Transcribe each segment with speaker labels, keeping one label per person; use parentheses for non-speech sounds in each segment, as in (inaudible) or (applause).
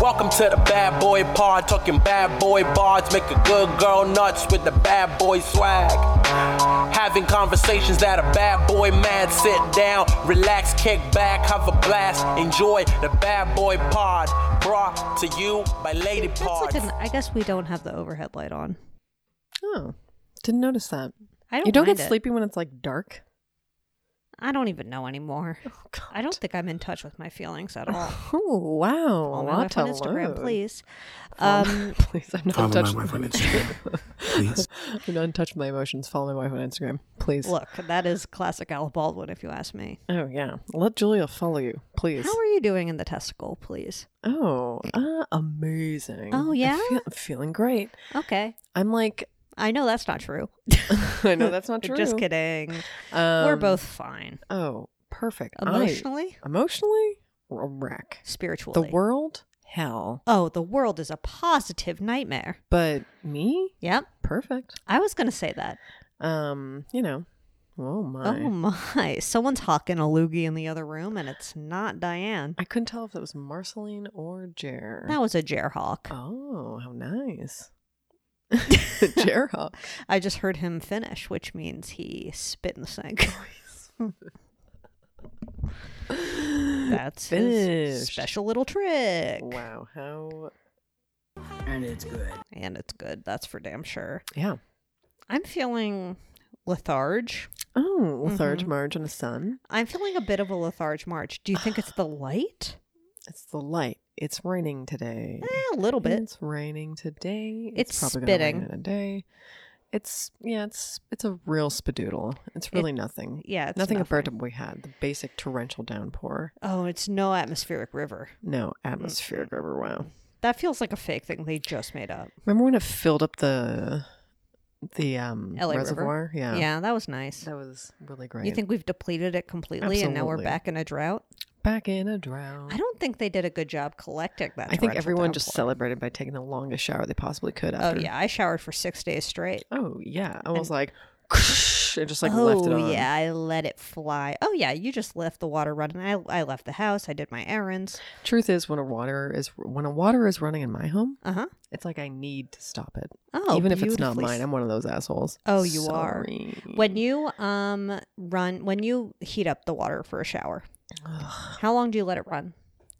Speaker 1: Welcome to the bad boy pod, talking bad boy bards, make a good girl nuts with the bad boy swag. Having conversations that a bad boy mad, sit down, relax, kick back, have a blast, enjoy the bad boy pod, brought to you by Lady
Speaker 2: That's
Speaker 1: Pod.
Speaker 2: like an, I guess we don't have the overhead light on.
Speaker 3: Oh, didn't notice that.
Speaker 2: I don't
Speaker 3: you don't get
Speaker 2: mind it.
Speaker 3: sleepy when it's like dark.
Speaker 2: I don't even know anymore.
Speaker 3: Oh, God. (laughs)
Speaker 2: I don't think I'm in touch with my feelings at all.
Speaker 3: Oh wow,
Speaker 2: Follow
Speaker 3: a
Speaker 2: my
Speaker 3: lot
Speaker 2: wife on
Speaker 3: to
Speaker 2: Instagram,
Speaker 3: learn.
Speaker 2: please.
Speaker 3: Follow-
Speaker 2: Um,
Speaker 3: (laughs) please, I'm not
Speaker 4: Follow
Speaker 3: in
Speaker 4: my
Speaker 3: touch
Speaker 4: wife
Speaker 3: with (laughs)
Speaker 4: on
Speaker 3: my-
Speaker 4: Instagram, please.
Speaker 3: (laughs) I'm not in touch with my emotions. Follow my wife on Instagram, please.
Speaker 2: look, that is classic Al Baldwin, if you ask me.
Speaker 3: Oh yeah, let Julia follow you, please.
Speaker 2: How are you doing in the testicle, please?
Speaker 3: oh, uh, amazing.
Speaker 2: Oh,
Speaker 3: I
Speaker 2: yeah?
Speaker 3: feel- I'm feeling great.
Speaker 2: Okay.
Speaker 3: I'm like, (laughs)
Speaker 2: I know that's not true.
Speaker 3: I know that's not
Speaker 2: (laughs)
Speaker 3: true.
Speaker 2: Just kidding.
Speaker 3: Um,
Speaker 2: We're both fine.
Speaker 3: Oh, perfect. I-
Speaker 2: Emotionally,
Speaker 3: emotionally, a wreck. The
Speaker 2: spiritually.
Speaker 3: world, hell.
Speaker 2: oh, the world is a positive nightmare.
Speaker 3: But me,
Speaker 2: Yep.
Speaker 3: perfect.
Speaker 2: I was going to say that.
Speaker 3: um, you know, oh my.
Speaker 2: Oh my. Someone's hawking a loogie in the other room and it's not Diane.
Speaker 3: I couldn't tell if it was Marceline or Jer.
Speaker 2: That was a Jerhawk.
Speaker 3: Oh,
Speaker 2: (laughs)
Speaker 3: how nice. Jerhawk.
Speaker 2: I just heard him finish, which means he spit in the sink. (laughs) That's his
Speaker 3: Finished.
Speaker 2: special little trick.
Speaker 3: Wow, how
Speaker 2: And it's good. That's for damn sure.
Speaker 3: yeah.
Speaker 2: I'm feeling letharge.
Speaker 3: Oh, letharge
Speaker 2: Mhm.
Speaker 3: Marge and a sun.
Speaker 2: I'm feeling a bit of a letharge march. Do you think it's the
Speaker 3: (sighs)
Speaker 2: light?
Speaker 3: It's the light. It's raining today.
Speaker 2: Eh, a little bit.
Speaker 3: It's raining today.
Speaker 2: It's
Speaker 3: probably gonna rain
Speaker 2: spitting.
Speaker 3: in a day. It's yeah, it's it's a real spadoodle. It's really nothing.
Speaker 2: Yeah, it's
Speaker 3: nothing, compared to
Speaker 2: nothing.
Speaker 3: what we had. The basic torrential downpour.
Speaker 2: Oh, it's no atmospheric river.
Speaker 3: No
Speaker 2: Mm-hmm.
Speaker 3: atmospheric river. Wow.
Speaker 2: That feels like a fake thing they just made up.
Speaker 3: Remember when it filled up the the um
Speaker 2: LA River.
Speaker 3: reservoir? Yeah.
Speaker 2: Yeah, that was nice.
Speaker 3: That was really great.
Speaker 2: You think we've depleted it completely and now we're
Speaker 3: Absolutely.
Speaker 2: back in a drought?
Speaker 3: back in a drown.
Speaker 2: I don't think they did a good job collecting that.
Speaker 3: I think
Speaker 2: torrential
Speaker 3: everyone just
Speaker 2: downpour.
Speaker 3: celebrated by taking the longest shower they possibly could
Speaker 2: Oh
Speaker 3: after.
Speaker 2: yeah, I showered for six days straight.
Speaker 3: Oh yeah. I was like and just like
Speaker 2: oh
Speaker 3: left it on.
Speaker 2: yeah, I let it fly. Oh yeah, you just left the water running. I I left the house. I did my errands.
Speaker 3: Truth is when a water is when a water is running in my home,
Speaker 2: Uh huh.
Speaker 3: it's like I need to stop it.
Speaker 2: Oh,
Speaker 3: Even if it's not
Speaker 2: beautifully
Speaker 3: mine,
Speaker 2: s-
Speaker 3: I'm one of those assholes.
Speaker 2: Oh, you are.
Speaker 3: Sorry.
Speaker 2: When you um run, when you heat up the water for a shower,
Speaker 3: Ugh.
Speaker 2: how long do you let it run?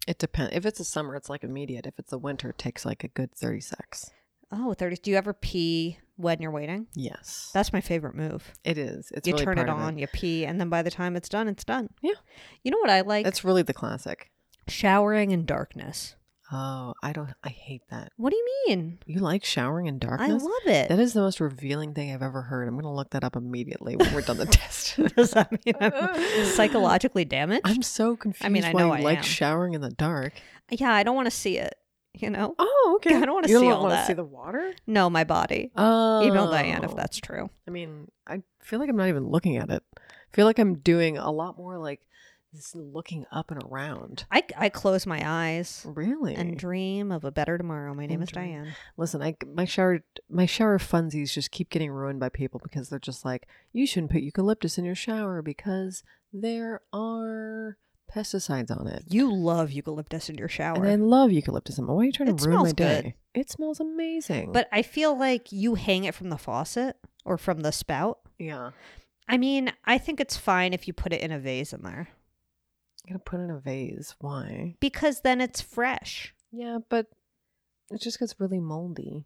Speaker 3: It depends. If it's the summer, it's like immediate. If it's the winter, it takes like a good thirty secs.
Speaker 2: Oh, 30. Do you ever pee when you're waiting?
Speaker 3: Yes.
Speaker 2: That's my favorite move.
Speaker 3: It is. It's
Speaker 2: you
Speaker 3: really
Speaker 2: turn
Speaker 3: part
Speaker 2: it
Speaker 3: of
Speaker 2: on, you pee, and then by the time it's done, it's done.
Speaker 3: Yeah.
Speaker 2: You know what I like?
Speaker 3: That's really the classic.
Speaker 2: showering in darkness.
Speaker 3: Oh, I don't. I hate that.
Speaker 2: What do you mean?
Speaker 3: You like showering in
Speaker 2: I
Speaker 3: darkness?
Speaker 2: love it. (laughs)
Speaker 3: That is the most revealing thing I've ever heard. I'm gonna look that up immediately when we're
Speaker 2: (laughs)
Speaker 3: done the test.
Speaker 2: Does that mean
Speaker 3: (laughs)
Speaker 2: I'm psychologically damaged?
Speaker 3: I'm so confused.
Speaker 2: I mean, I
Speaker 3: why
Speaker 2: know
Speaker 3: you
Speaker 2: I
Speaker 3: like
Speaker 2: am.
Speaker 3: showering in the dark.
Speaker 2: yeah, I don't want to see it. You know?
Speaker 3: Oh,
Speaker 2: (laughs)
Speaker 3: okay.
Speaker 2: I don't wanna
Speaker 3: You
Speaker 2: see
Speaker 3: don't
Speaker 2: all
Speaker 3: wanna
Speaker 2: that.
Speaker 3: see the water.
Speaker 2: No, my body.
Speaker 3: Oh,
Speaker 2: Email Diane if that's true.
Speaker 3: I mean, I feel like I'm not even looking at it. I feel like I'm doing a lot more like just looking up and around.
Speaker 2: I, I close my eyes
Speaker 3: Really?
Speaker 2: and dream of a better tomorrow. My name
Speaker 3: And
Speaker 2: is
Speaker 3: dream.
Speaker 2: Diane.
Speaker 3: Listen, I my shower my shower funsies just keep getting ruined by people because they're just like, you shouldn't put eucalyptus in your shower because there are pesticides on it.
Speaker 2: You love eucalyptus in your shower.
Speaker 3: And I love eucalyptus. And Why are you trying
Speaker 2: It
Speaker 3: to ruin my
Speaker 2: smells good.
Speaker 3: day? It smells amazing.
Speaker 2: but I feel like you hang it from the faucet or from the spout.
Speaker 3: yeah,
Speaker 2: I mean, I think it's fine if you put it in a vase in there
Speaker 3: I'm gonna put it in a vase. Why?
Speaker 2: because then it's fresh.
Speaker 3: Yeah, but it just gets really moldy.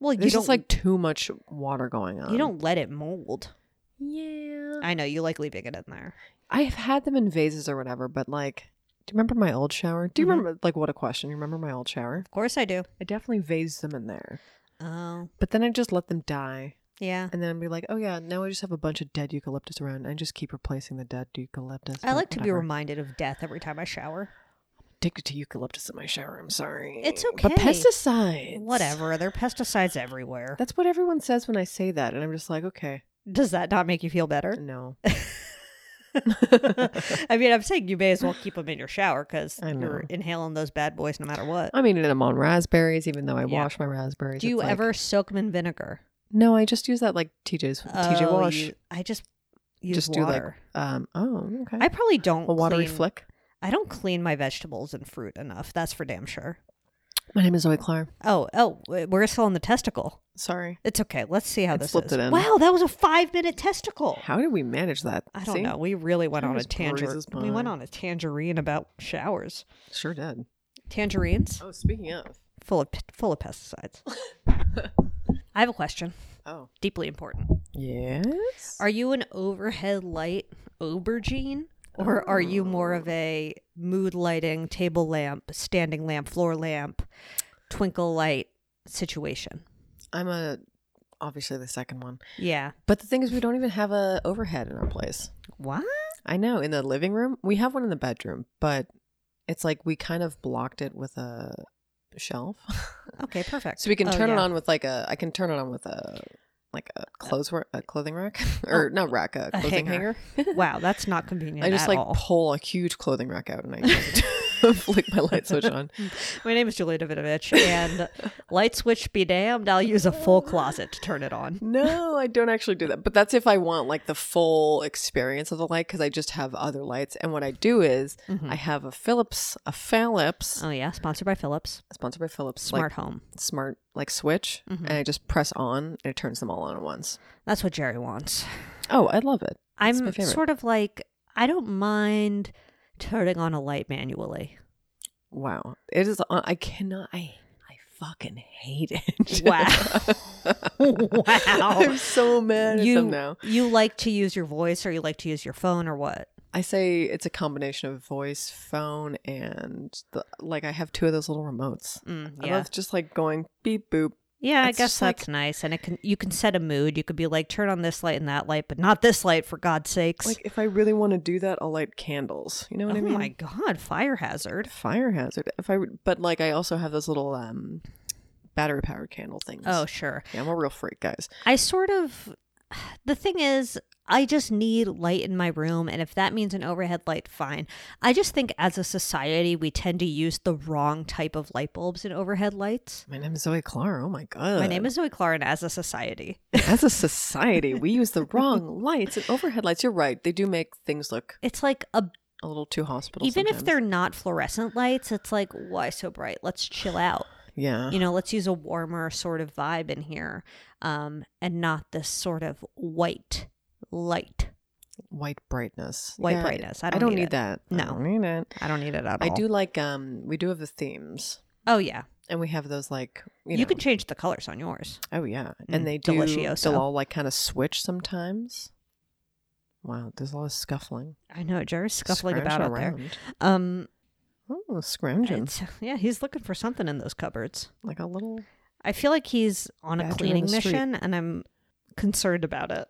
Speaker 2: Well, you
Speaker 3: There's
Speaker 2: don't
Speaker 3: just like too much water going on.
Speaker 2: you don't let it mold.
Speaker 3: Yeah.
Speaker 2: I know you like leaving it in there.
Speaker 3: I've had them in vases or whatever, but like, do you remember my old shower? Do you
Speaker 2: Mhm.
Speaker 3: remember, like, what a question? You remember my old shower?
Speaker 2: Of course I do.
Speaker 3: I definitely vased them in there,
Speaker 2: Oh,
Speaker 3: but then I just let them die.
Speaker 2: yeah.
Speaker 3: And then I'd be like, oh yeah, now I just have a bunch of dead eucalyptus around. and I just keep replacing the dead eucalyptus.
Speaker 2: I
Speaker 3: but
Speaker 2: like to be
Speaker 3: whatever.
Speaker 2: reminded of death every time I shower.
Speaker 3: addicted to eucalyptus in my shower. I'm sorry.
Speaker 2: It's
Speaker 3: But
Speaker 2: okay.
Speaker 3: pesticides.
Speaker 2: Whatever. There are pesticides everywhere.
Speaker 3: That's what everyone says when I say that. And I'm just like, okay,
Speaker 2: Does that not make you feel
Speaker 3: (laughs)
Speaker 2: better? (laughs)
Speaker 3: no.
Speaker 2: I mean, I'm saying you may as well keep them in your shower because
Speaker 3: I
Speaker 2: you're
Speaker 3: know.
Speaker 2: inhaling those bad boys no matter what.
Speaker 3: I'm eating them on raspberries, even though I
Speaker 2: Yeah.
Speaker 3: wash my raspberries.
Speaker 2: Do
Speaker 3: It's
Speaker 2: you
Speaker 3: like-
Speaker 2: ever soak them in vinegar?
Speaker 3: No, I just use that like TJ's TJ
Speaker 2: Oh,
Speaker 3: Wash.
Speaker 2: you- I just use
Speaker 3: just
Speaker 2: water.
Speaker 3: do like um oh okay
Speaker 2: I probably don't
Speaker 3: a watery
Speaker 2: clean-
Speaker 3: flick.
Speaker 2: I don't clean my vegetables and fruit enough. That's for damn sure.
Speaker 3: My name is Zoe Clark.
Speaker 2: Oh, oh, we're still on the testicle.
Speaker 3: Sorry.
Speaker 2: It's okay. Let's see how
Speaker 3: I
Speaker 2: this
Speaker 3: slipped
Speaker 2: is.
Speaker 3: it in.
Speaker 2: Wow, that was a five minute testicle.
Speaker 3: How did we manage that?
Speaker 2: I don't
Speaker 3: See?
Speaker 2: know. We really went
Speaker 3: Time
Speaker 2: on a
Speaker 3: just blurs
Speaker 2: tangerine.
Speaker 3: us
Speaker 2: We went
Speaker 3: by.
Speaker 2: on a tangerine about showers.
Speaker 3: Sure did.
Speaker 2: Tangerines
Speaker 3: Oh, speaking of.
Speaker 2: full of full of
Speaker 3: (laughs)
Speaker 2: pesticides. I have a question.
Speaker 3: Oh.
Speaker 2: Deeply important.
Speaker 3: Yes.
Speaker 2: Are you an overhead light aubergine? Or are you more of a mood lighting, table lamp, standing lamp, floor lamp, twinkle light situation?
Speaker 3: I'm a obviously the second one.
Speaker 2: Yeah.
Speaker 3: But the thing is we don't even have a overhead in our place.
Speaker 2: What?
Speaker 3: I know in the living room, we have one in the bedroom, but it's like we kind of blocked it with a shelf. (laughs)
Speaker 2: Okay, perfect.
Speaker 3: so we can
Speaker 2: Oh,
Speaker 3: turn it
Speaker 2: yeah.
Speaker 3: on with like a I can turn it on with a like a clothes ra- a clothing rack (laughs) or not rack, a
Speaker 2: a
Speaker 3: clothing hanger.
Speaker 2: hanger. Wow, that's not convenient
Speaker 3: I just
Speaker 2: at
Speaker 3: like
Speaker 2: all.
Speaker 3: pull a huge clothing rack out and I use it to (laughs) flick my light switch on.
Speaker 2: My name is Julia Davidovich, (laughs) and light switch be damned, I'll use a full closet to turn it on.
Speaker 3: No, I don't actually do that. But that's if I want like the full experience of the light because I just have other lights. And what I do is I have a Philips, a Philips,
Speaker 2: Oh yeah, sponsored by Philips.
Speaker 3: sponsored by Philips,
Speaker 2: Smart home.
Speaker 3: like, Uh, smart Mm-hmm. like switch, and I just press on and it turns them all on at once.
Speaker 2: That's what Jerry wants.
Speaker 3: Oh, I love it. It's my
Speaker 2: I'm
Speaker 3: favorite.
Speaker 2: sort of like I don't mind turning on a light manually.
Speaker 3: Wow, it is. On, I cannot. I I fucking hate it.
Speaker 2: Wow. (laughs) Wow.
Speaker 3: (laughs) I'm so mad at
Speaker 2: you
Speaker 3: them now.
Speaker 2: you like to use your voice or you like to use your phone or what?
Speaker 3: I say it's a combination of voice, phone, and the, like I have two of those little remotes.
Speaker 2: Mm,
Speaker 3: I
Speaker 2: yeah.
Speaker 3: love just like going beep boop.
Speaker 2: Yeah, I
Speaker 3: It's
Speaker 2: guess
Speaker 3: just like-
Speaker 2: that's nice, and it can you can set a mood. You could be like, turn on this light and that light, but not this light for God's sakes.
Speaker 3: Like if I really want to do that, I'll light candles. You know
Speaker 2: oh
Speaker 3: what I mean?
Speaker 2: my God, fire hazard.
Speaker 3: Fire hazard. If I would- but like I also have those little um battery powered candle things.
Speaker 2: Oh sure,
Speaker 3: yeah, I'm a real freak, guys.
Speaker 2: I sort of. (sighs) The thing is, I just need light in my room, and if that means an overhead light, fine. I just think as a society, we tend to use the wrong type of light bulbs in overhead lights.
Speaker 3: My name is Zoe Clark. Oh my god.
Speaker 2: My name is Zoe Clarin as a society.
Speaker 3: (laughs) As a society, we use the wrong lights and overhead lights. You're right. They do make things look
Speaker 2: It's like a
Speaker 3: a little too hospital.
Speaker 2: even if
Speaker 3: sometimes.
Speaker 2: they're not fluorescent lights, it's like why so bright? Let's chill out.
Speaker 3: yeah.
Speaker 2: You know, let's use a warmer sort of vibe in here, um, and not this sort of white light.
Speaker 3: white brightness.
Speaker 2: White
Speaker 3: Yeah,
Speaker 2: brightness. I
Speaker 3: I
Speaker 2: don't
Speaker 3: don't
Speaker 2: need
Speaker 3: need,
Speaker 2: it.
Speaker 3: that.
Speaker 2: No.
Speaker 3: I don't need it.
Speaker 2: I don't need it at all.
Speaker 3: I do like um we do have the themes
Speaker 2: Oh yeah,
Speaker 3: and we have those like you,
Speaker 2: you,
Speaker 3: know,
Speaker 2: can change the colors on yours.
Speaker 3: Oh yeah,
Speaker 2: Mm,
Speaker 3: and they do.
Speaker 2: delicioso.
Speaker 3: They'll all like kind of switch sometimes. Wow, there's a lot of scuffling,
Speaker 2: I know Jerry's scuffling
Speaker 3: Scrounge
Speaker 2: about out there.
Speaker 3: around.
Speaker 2: Um,
Speaker 3: Oh, scrounging
Speaker 2: it's- (laughs) yeah, he's looking for something in those cupboards.
Speaker 3: like a little.
Speaker 2: I feel like he's on a
Speaker 3: Badger in
Speaker 2: cleaning
Speaker 3: the street.
Speaker 2: mission, and I'm concerned about it.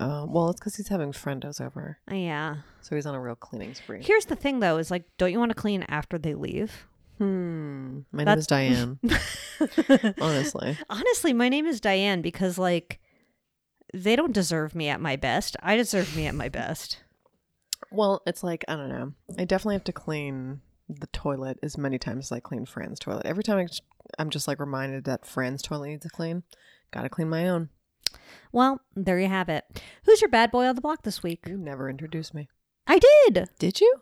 Speaker 3: Uh, well, it's because he's having friendos over,
Speaker 2: Uh, Yeah.
Speaker 3: so he's on a real cleaning spree.
Speaker 2: Here's the thing, though, is like, don't you want to clean after they leave?
Speaker 3: Hmm. My name
Speaker 2: That's-
Speaker 3: is Diane. Honestly,
Speaker 2: Honestly, my name is Diane because, like, they don't deserve me at my best. I deserve me at my best.
Speaker 3: well, it's like I don't know. I definitely have to clean the toilet as many times as I clean Fran's toilet. Every time I, just- I'm just like reminded that Fran's toilet needs a clean. Got to clean my own.
Speaker 2: (laughs) Well, there you have it. Who's your bad boy on the block this week?
Speaker 3: You never introduced me.
Speaker 2: I did.
Speaker 3: Did you?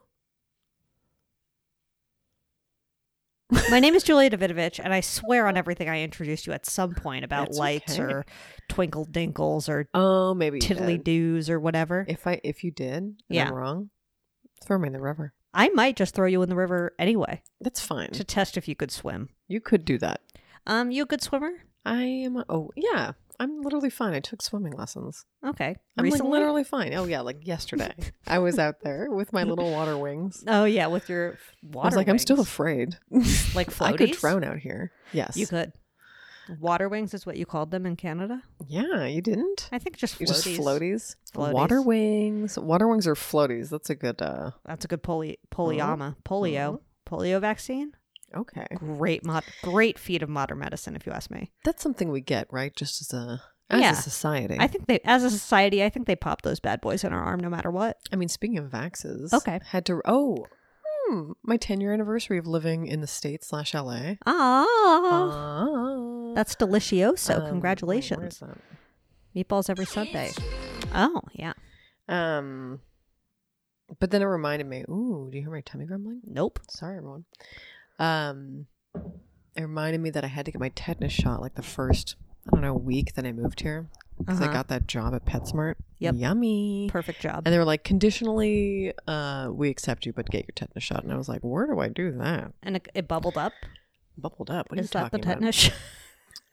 Speaker 2: My name is Julia Davidovich, and I swear on everything I introduced you at some point about
Speaker 3: That's
Speaker 2: lights
Speaker 3: okay.
Speaker 2: or twinkle dinkles or
Speaker 3: Oh, maybe you
Speaker 2: tiddly
Speaker 3: did.
Speaker 2: doos or whatever.
Speaker 3: If I if you did, and
Speaker 2: Yeah.
Speaker 3: I'm wrong. Throw me in the river.
Speaker 2: I might just throw you in the river anyway
Speaker 3: That's fine.
Speaker 2: to test if you could swim.
Speaker 3: You could do that.
Speaker 2: Um, you a good swimmer?
Speaker 3: I am. Oh yeah, I'm literally fine. I took swimming lessons.
Speaker 2: Okay.
Speaker 3: I'm
Speaker 2: Recently?
Speaker 3: like literally fine. Oh yeah, like yesterday, I was out there with my little water wings.
Speaker 2: Oh yeah, with your f- water.
Speaker 3: I was like, I'm still
Speaker 2: wings.
Speaker 3: afraid.
Speaker 2: like floaties.
Speaker 3: (laughs) I could drown out here. Yes.
Speaker 2: You could. Water wings is what you called them in Canada.
Speaker 3: Yeah, you didn't.
Speaker 2: I think just floaties.
Speaker 3: You just floaties.
Speaker 2: Floaties.
Speaker 3: Water wings. Water wings are floaties. That's a good. uh
Speaker 2: That's a good poli-
Speaker 3: Mm-hmm.
Speaker 2: polyama polio polio vaccine.
Speaker 3: Okay.
Speaker 2: Great mod- great feat of modern medicine, if you ask me.
Speaker 3: That's something we get right, just as a as
Speaker 2: Yeah.
Speaker 3: a society.
Speaker 2: I think they, as a society, I think they pop those bad boys in our arm no matter what.
Speaker 3: I mean, speaking of vaxes,
Speaker 2: Okay.
Speaker 3: had to oh, hmm, my ten year anniversary of living in the states slash LA.
Speaker 2: Ah,
Speaker 3: Ah.
Speaker 2: that's delicioso!
Speaker 3: Um, wait, where is
Speaker 2: Congratulations,
Speaker 3: that?
Speaker 2: meatballs every Sunday. Oh yeah,
Speaker 3: Um, but then it reminded me. Ooh, do you hear my tummy grumbling?
Speaker 2: nope.
Speaker 3: Sorry, everyone. Um, It reminded me that I had to get my tetanus shot like the first, I don't know, week that I moved here because I
Speaker 2: Uh-huh.
Speaker 3: got that job at PetSmart.
Speaker 2: Yep.
Speaker 3: Yummy.
Speaker 2: Perfect job.
Speaker 3: And they were like, conditionally, uh, we accept you, but get your tetanus shot. And I was like, where do I do that?
Speaker 2: And it, it bubbled up.
Speaker 3: Bubbled up. What are
Speaker 2: Is
Speaker 3: you
Speaker 2: that the
Speaker 3: talking about?
Speaker 2: tetanus? (laughs)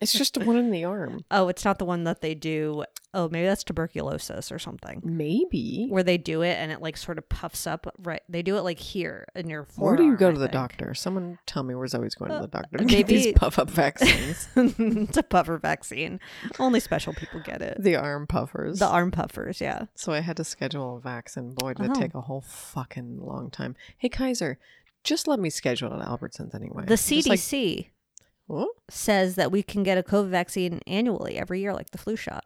Speaker 3: It's just the one in the arm.
Speaker 2: oh, it's not the one that they do. Oh, maybe that's tuberculosis or something.
Speaker 3: Maybe.
Speaker 2: Where they do it and it like sort of puffs up. Right, they do it like here in your
Speaker 3: Where
Speaker 2: forearm.
Speaker 3: do you go
Speaker 2: I
Speaker 3: to the
Speaker 2: think.
Speaker 3: doctor? Someone tell me where Zoe's going to the doctor to get
Speaker 2: Uh, maybe-
Speaker 3: these puff
Speaker 2: (laughs)
Speaker 3: up vaccines.
Speaker 2: it's a puffer vaccine. Only special people get
Speaker 3: (laughs)
Speaker 2: it.
Speaker 3: the arm puffers.
Speaker 2: The arm puffers, yeah.
Speaker 3: so I had to schedule a vaccine. Boy, did it
Speaker 2: Oh.
Speaker 3: take a whole fucking long time. Hey, Kaiser, just let me schedule it at Albertsons anyway.
Speaker 2: The
Speaker 3: Just like-
Speaker 2: CDC
Speaker 3: Oh,
Speaker 2: says that we can get a COVID vaccine annually every year, like the flu shot.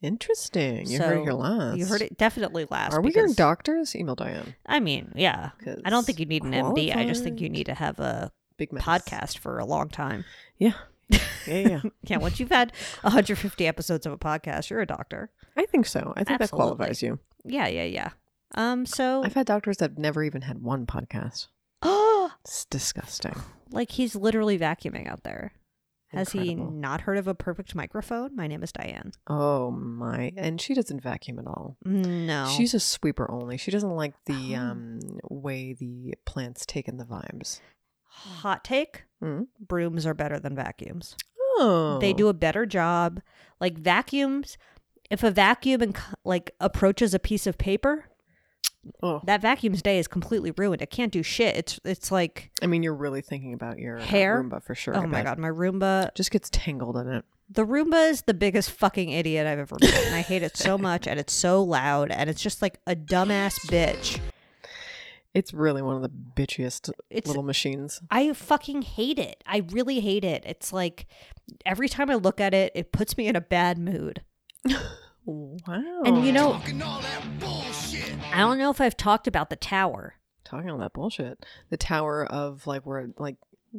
Speaker 3: interesting. You heard it here
Speaker 2: So,
Speaker 3: last.
Speaker 2: You heard it definitely last.
Speaker 3: Are we hearing
Speaker 2: because-
Speaker 3: doctors? Email Diane.
Speaker 2: I mean, yeah. I don't think you need an MD. I just think you
Speaker 3: qualified.
Speaker 2: need to have a
Speaker 3: Big mess.
Speaker 2: podcast for a long time.
Speaker 3: Yeah. Yeah, yeah.
Speaker 2: (laughs) Yeah, once you've had 150 episodes of a podcast, you're a doctor.
Speaker 3: I think so. I think that
Speaker 2: Absolutely.
Speaker 3: qualifies you.
Speaker 2: Yeah, yeah, yeah. Um, so
Speaker 3: I've had doctors that've never even had one podcast.
Speaker 2: oh,
Speaker 3: It's
Speaker 2: (sighs)
Speaker 3: disgusting.
Speaker 2: (gasps) like he's literally vacuuming out there. Has
Speaker 3: Incredible.
Speaker 2: he not heard of a perfect microphone? My name is Diane.
Speaker 3: Oh my! And she doesn't vacuum at all.
Speaker 2: No,
Speaker 3: She's a sweeper only. She doesn't like the
Speaker 2: Oh.
Speaker 3: um, way the plants take in the vibes.
Speaker 2: hot take.
Speaker 3: Mm.
Speaker 2: Brooms are better than vacuums.
Speaker 3: Oh,
Speaker 2: they do a better job like vacuums if a vacuum and like approaches a piece of paper
Speaker 3: Oh,
Speaker 2: that vacuum's day is completely ruined it can't do shit it's it's like
Speaker 3: I mean, you're really thinking about your uh,
Speaker 2: Hair?
Speaker 3: Roomba for sure. I
Speaker 2: oh my
Speaker 3: bet.
Speaker 2: god my roomba
Speaker 3: just gets tangled in it.
Speaker 2: the roomba is the biggest fucking idiot i've ever met and i hate it so much and it's so loud and it's just like a dumbass bitch
Speaker 3: It's really one of the bitchiest
Speaker 2: It's-
Speaker 3: little machines.
Speaker 2: I fucking hate it. I really hate it. It's like every time I look at it, it puts me in a bad mood.
Speaker 3: Wow.
Speaker 2: And
Speaker 3: Oh.
Speaker 2: you know, I don't know if I've talked about the tower,
Speaker 3: talking all that bullshit. The tower of like where it, like